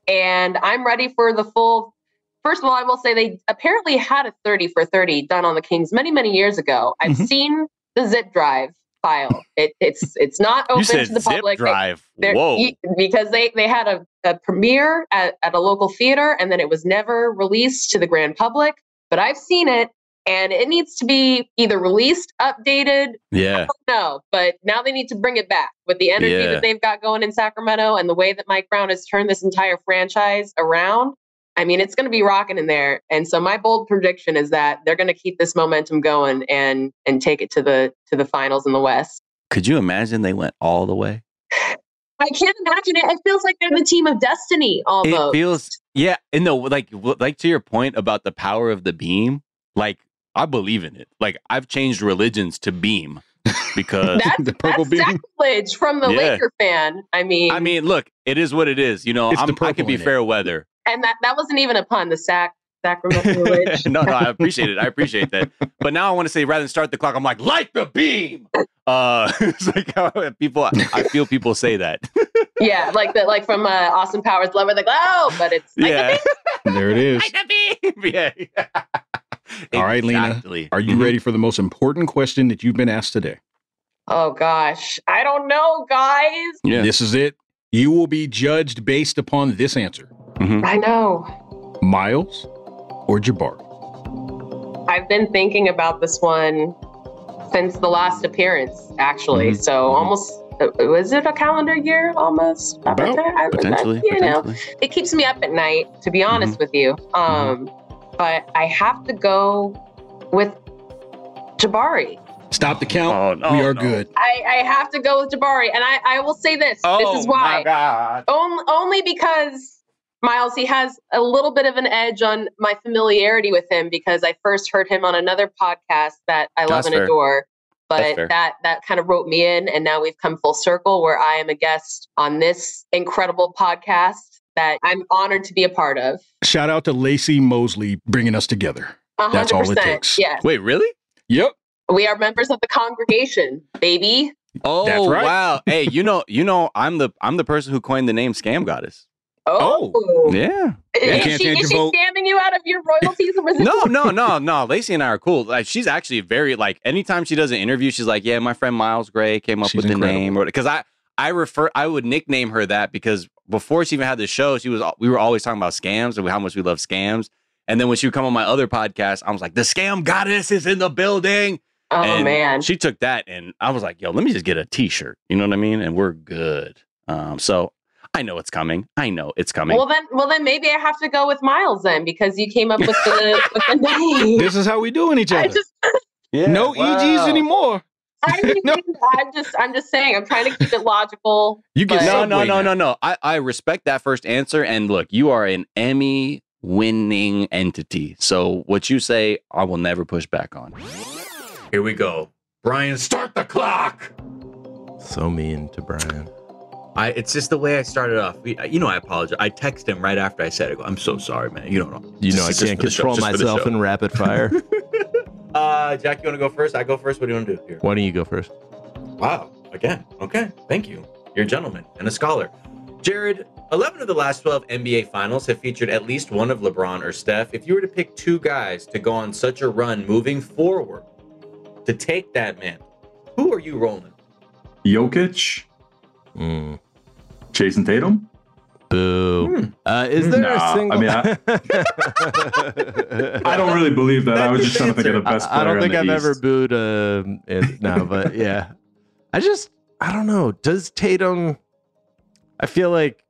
Speaker 15: And I'm ready for the full. First of all, I will say they apparently had a 30 for 30 done on the Kings many many years ago. I've
Speaker 3: Mm-hmm.
Speaker 15: seen the zip drive file. It, it's it's not open
Speaker 3: You said
Speaker 15: to the
Speaker 3: zip
Speaker 15: public. They-
Speaker 3: drive.
Speaker 15: they're-
Speaker 3: Whoa.
Speaker 15: y- because they, they had a, a premiere at, at a local theater and then it was never released to the grand public. But I've seen it and it needs to be either released, updated.
Speaker 3: Yeah.
Speaker 15: No, but now they need to bring it back with the energy
Speaker 3: Yeah.
Speaker 15: that they've got going in Sacramento and the way that Mike Brown has turned this entire franchise around. I mean, it's going to be rocking in there. And so my bold prediction is that they're going to keep this momentum going and and take it to the to the finals in the West.
Speaker 3: Could you imagine they went all the way?
Speaker 15: I can't imagine it. It feels like they're the team of destiny
Speaker 3: It
Speaker 15: almost.
Speaker 3: feels yeah, and no, like like to your point about the power of the beam. Like I believe in it. Like I've changed religions to beam because
Speaker 15: [LAUGHS]
Speaker 3: [LAUGHS]
Speaker 15: That's-
Speaker 3: the purple
Speaker 15: Sacrilege from the
Speaker 3: Yeah.
Speaker 15: Laker fan. I mean,
Speaker 3: I mean, look, it is what it is. You know,
Speaker 15: It's the
Speaker 3: I'm, I
Speaker 15: purple
Speaker 3: could be
Speaker 15: in it.
Speaker 3: fair weather.
Speaker 15: and that that wasn't even a pun. The sac Sacramento [LAUGHS]
Speaker 3: [LAUGHS]
Speaker 15: Ridge.
Speaker 3: no, no, I appreciate it. I appreciate that. But now I want to say, rather than start the clock, I'm like, light the beam. Uh, [LAUGHS] it's like how people, I feel people say that. [LAUGHS]
Speaker 15: yeah, like the like from uh, Austin Powers, Love of the Glow, but it's
Speaker 3: Yeah,
Speaker 16: there it is.
Speaker 3: [LAUGHS] yeah.
Speaker 16: All right, Lena. Are you ready for the most important question that you've been asked today?
Speaker 15: oh gosh, I don't know, guys.
Speaker 16: This is it. You will be judged based upon this answer. Mm-hmm.
Speaker 15: I know.
Speaker 16: Miles or Jabari?
Speaker 15: I've been thinking about this one since the last appearance, actually.
Speaker 3: Mm-hmm.
Speaker 16: Mhm.
Speaker 15: So almost uh, was it a calendar year almost?
Speaker 3: About,
Speaker 15: I- I-
Speaker 3: potentially, Mm-hmm.
Speaker 15: you know, it keeps me up at night, to be honest with you. Um, but I have to go with Jabari.
Speaker 16: Stop the count. we are good.
Speaker 15: I, I have to go with Jabari, and I, I will say this.
Speaker 16: Oh,
Speaker 15: this is why.
Speaker 16: my God.
Speaker 15: Only, only because Miles, he has a little bit of an edge on my familiarity with him because I first heard him on another podcast that I love
Speaker 10: That's
Speaker 15: and
Speaker 10: fair.
Speaker 15: adore.
Speaker 10: That's
Speaker 15: But
Speaker 10: fair.
Speaker 15: that that kind of wrote me in, and now we've come full circle where I am a guest on this incredible podcast that I'm honored to be a part of.
Speaker 16: Shout out to Lacey Mosley bringing us together.
Speaker 15: A hundred
Speaker 16: That's all it
Speaker 15: percent,
Speaker 16: takes.
Speaker 15: yes.
Speaker 3: Wait, really?
Speaker 16: Yep.
Speaker 15: We are members of the congregation, baby.
Speaker 3: Oh
Speaker 16: right.
Speaker 3: wow! Hey, you know, you know, I'm the I'm the person who coined the name Scam Goddess.
Speaker 15: Oh,
Speaker 3: Yeah.
Speaker 15: Is, she, is she scamming you out of your royalties? Or is
Speaker 10: [LAUGHS]
Speaker 15: it
Speaker 3: No, no, no, no. Lacey and I are cool. Like, she's actually very like. Anytime she does an interview, she's like, "Yeah, my friend Miles Gray came up with the name." Because I, I refer, I would nickname her that because before she even had the show, she was. We were always talking about scams and how much we love scams. And then when she would come on my other podcast, I was like, "The scam goddess is in the building."
Speaker 15: Oh,
Speaker 3: And
Speaker 15: man.
Speaker 3: she took that, and I was like, "Yo, let me just get a T-shirt." You know what I mean? And we're good. Um, so I know it's coming. I know it's coming.
Speaker 15: Well then, well then, maybe I have to go with Miles then because you came up with
Speaker 10: [LAUGHS]
Speaker 15: the with the name.
Speaker 16: This is how we doing each
Speaker 15: I
Speaker 16: other.
Speaker 15: just,
Speaker 16: no EGs
Speaker 15: wow.
Speaker 16: anymore.
Speaker 15: I mean, I'm just, I'm just saying, I'm trying to keep it logical. but-
Speaker 3: no, no, no, no, no. I, I respect that first answer. And look, you are an Emmy winning entity. So what you say, I will never push back on.
Speaker 17: Here we go. Brian, start the clock.
Speaker 5: So mean to Brian.
Speaker 18: I it's just the way I started off. We- You know, I apologize. I texted him right after I said it. I'm so sorry, man. You don't know.
Speaker 5: You know, I
Speaker 18: Just- just
Speaker 5: can't
Speaker 18: for the show,
Speaker 5: control
Speaker 18: just for the
Speaker 5: myself
Speaker 18: show.
Speaker 5: in
Speaker 19: [LAUGHS]
Speaker 5: rapid fire.
Speaker 18: Uh, Jack, you want to go first? I go first. What do you want to do here?
Speaker 5: Why don't you go first?
Speaker 18: Wow. Again. Okay. Thank you. You're a gentleman and a scholar. Jared, 11 of the last 12 NBA finals have featured at least one of LeBron or Steph. If you were to pick two guys to go on such a run moving forward to take that man, who are you rolling?
Speaker 5: Jokic.
Speaker 19: Jason Tatum.
Speaker 5: Mm. Boo. Uh, is
Speaker 19: Hmm.
Speaker 5: there
Speaker 19: Nah,
Speaker 5: a
Speaker 19: I
Speaker 5: single?
Speaker 19: mean,
Speaker 5: [LAUGHS]
Speaker 19: I- [LAUGHS] I don't really believe that. I was just trying to think of the best
Speaker 5: I, I
Speaker 19: player.
Speaker 5: don't think
Speaker 19: in
Speaker 5: I've
Speaker 19: the
Speaker 5: ever
Speaker 19: East.
Speaker 5: booed um it no, but yeah. I just I don't know. Does Tatum I feel like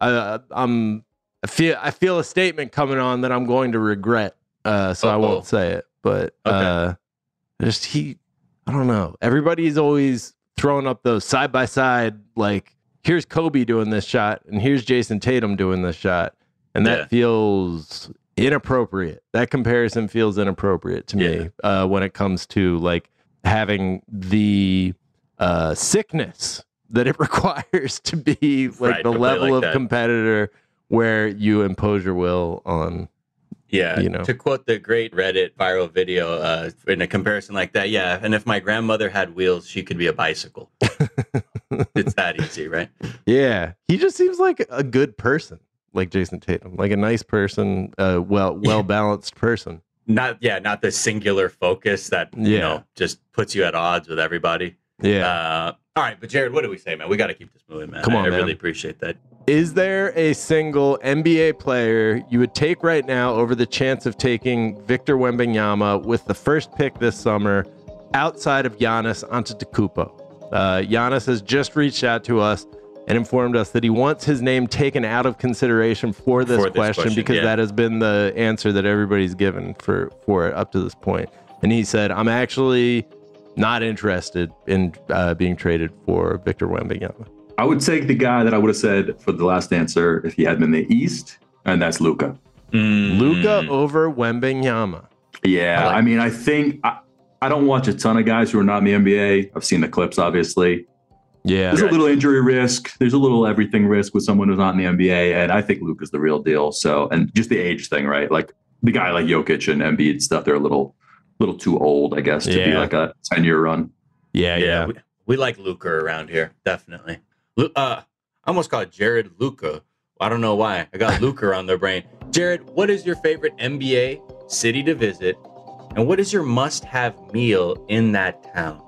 Speaker 5: uh, I'm I feel I feel a statement coming on that I'm going to regret. Uh so I won't say it, but uh just he I don't know. Everybody's always throwing up those side by side like here's Kobe doing this shot and here's Jason Tatum doing this shot and that
Speaker 18: Yeah.
Speaker 5: feels inappropriate. That comparison feels inappropriate to me uh, when it comes to like having the uh, sickness that it [LAUGHS] requires to be
Speaker 18: Right,
Speaker 5: like the
Speaker 18: to play
Speaker 5: level
Speaker 18: like
Speaker 5: of
Speaker 18: that.
Speaker 5: competitor where you impose your will on.
Speaker 18: Yeah,
Speaker 5: you know.
Speaker 18: to quote the great Reddit viral video uh, in a comparison like that, yeah. And if my grandmother had wheels, she could be a bicycle. it's that easy, right?
Speaker 5: Yeah, he just seems like a good person, like Jason Tatum, like a nice person, uh,
Speaker 18: [LAUGHS]
Speaker 5: well well balanced person.
Speaker 18: Not yeah, not the singular focus that you
Speaker 5: Yeah.
Speaker 18: know just puts you at odds with everybody.
Speaker 5: Yeah.
Speaker 18: Uh,
Speaker 3: All right, but Jared, what do we say, man? We got to keep this moving, man.
Speaker 5: Come
Speaker 3: I-
Speaker 5: on,
Speaker 3: I,
Speaker 5: man.
Speaker 3: really appreciate that.
Speaker 5: Is there a single NBA player you would take right now over the chance of taking Victor Wembanyama with the first pick this summer outside of Giannis Antetokounmpo? Uh, Giannis has just reached out to us and informed us that he wants his name taken out of consideration for this,
Speaker 3: For this
Speaker 5: question,
Speaker 3: question,
Speaker 5: because
Speaker 3: yeah.
Speaker 5: that has been the answer that everybody's given for for it up to this point. And he said, "I'm actually not interested in uh, being traded for Victor Wembanyama."
Speaker 19: I would take the guy that I would have said for the last answer if he had been in the East, and that's Luca.
Speaker 5: Luca over Wembenyama.
Speaker 19: Yeah, I, mean, I think I, I don't watch a ton of guys who are not in the NBA. I've seen the clips, obviously.
Speaker 5: Yeah,
Speaker 19: there's a little injury risk. There's a little everything risk with someone who's not in the NBA, and I think Luca's the real deal. So, and just the age thing, right? Like the guy like Jokic and Embiid and stuff, they're a little, little too old, I guess, to be
Speaker 3: Yeah.
Speaker 19: like a ten year run.
Speaker 5: Yeah,
Speaker 3: yeah. We, we like Luca around here, definitely. Lu- Uh, I almost called Jared Luca. I don't know why.
Speaker 5: [LAUGHS]
Speaker 3: I got Luca on the brain. Jared, what is your favorite NBA city to visit, and what is your must-have meal in that town?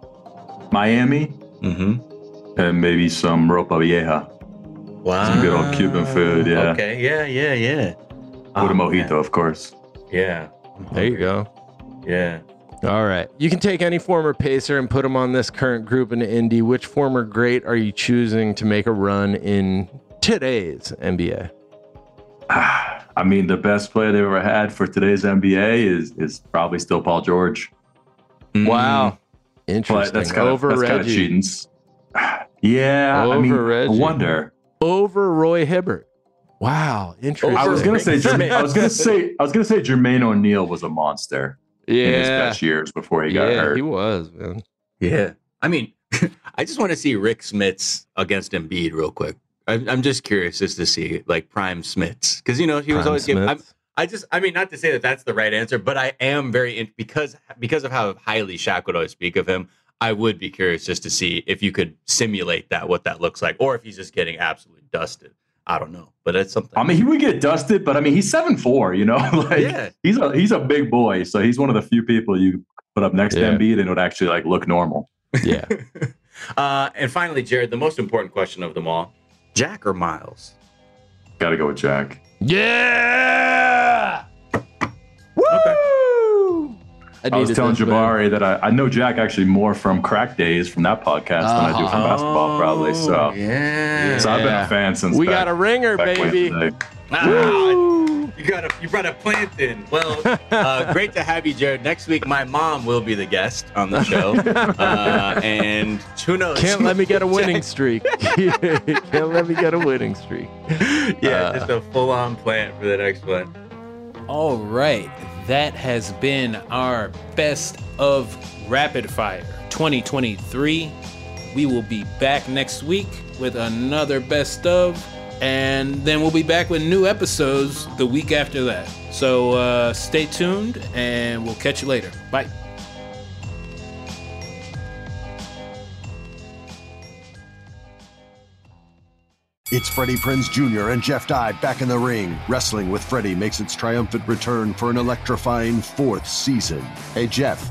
Speaker 19: Miami,
Speaker 3: Mm-hmm.
Speaker 19: and maybe some ropa vieja.
Speaker 3: Wow,
Speaker 19: some good old Cuban food. Yeah,
Speaker 3: Okay. Yeah. Yeah. Yeah.
Speaker 19: with a mojito, of course.
Speaker 3: Yeah.
Speaker 5: There you go.
Speaker 3: Yeah.
Speaker 5: All right. You can take any former pacer and put them on this current group in Indy. Which former great are you choosing to make a run in today's NBA?
Speaker 19: I mean, the best player they've ever had for today's NBA is is probably still Paul George.
Speaker 5: Wow.
Speaker 19: But
Speaker 5: Interesting.
Speaker 19: that's kind
Speaker 5: Over
Speaker 19: of that's kind of
Speaker 5: Reggie.
Speaker 19: cheating. Yeah, I mean,
Speaker 5: Over
Speaker 19: I
Speaker 5: Reggie.
Speaker 19: wonder.
Speaker 5: Over Roy Hibbert. Wow. Interesting.
Speaker 19: I was
Speaker 5: [LAUGHS]
Speaker 19: gonna say Jermaine, I was gonna say I was gonna say Jermaine O'Neal was a monster. in his
Speaker 5: Yeah.
Speaker 19: best years before he got
Speaker 5: Yeah,
Speaker 19: hurt.
Speaker 5: he was man.
Speaker 3: Yeah. I mean, [LAUGHS] I just want to see Rick Smits against Embiid real quick. I'm, I'm just curious just to see like Prime Smits because you know he was
Speaker 19: Prime
Speaker 3: always giving. I'm,
Speaker 19: Smits.
Speaker 3: I just, I mean, not to say that that's the right answer, but I am very in, because because of how highly Shaq would always speak of him. I would be curious just to see if you could simulate that, what that looks like, or if he's just getting absolutely dusted. I don't know, but it's something.
Speaker 19: I mean, he would get dusted, but I mean, he's seven four. You know, [LAUGHS] like
Speaker 3: Yeah.
Speaker 19: he's a he's a big boy, so he's one of the few people you put up next
Speaker 3: Yeah.
Speaker 19: to Embiid and it would actually like look normal. [LAUGHS]
Speaker 5: Yeah.
Speaker 3: Uh, and finally, Jared, the most important question of them all: Jack or Miles?
Speaker 19: Got to go with Jack.
Speaker 5: Yeah.
Speaker 19: I, was
Speaker 5: needed
Speaker 19: telling
Speaker 5: this, man.
Speaker 19: Jabari that I, I know Jack actually more from crack days from that podcast than I do from
Speaker 5: Oh,
Speaker 19: basketball, probably. So
Speaker 3: yeah,
Speaker 19: so I've been
Speaker 5: Yeah.
Speaker 19: a fan since
Speaker 5: We
Speaker 19: back-
Speaker 5: got a ringer,
Speaker 19: back when
Speaker 5: baby.
Speaker 19: they-
Speaker 3: Ah, you got a you brought a plant in. Well, uh, great to have you, Jared. Next week, my mom will be the guest on the show, uh, and who knows?
Speaker 5: Can't let me [LAUGHS] get a winning streak. Can't let me get a winning streak.
Speaker 3: yeah, just a full on plant for the next one.
Speaker 2: All right, that has been our best of Rapid Fire 2023. We will be back next week with another best of, and then we'll be back with new episodes the week after that. So uh, stay tuned, and we'll catch you later. Bye.
Speaker 11: It's Freddie Prinz Jr. and Jeff Dye back in the ring. Wrestling with Freddie makes its triumphant return for an electrifying fourth season. Hey, Jeff,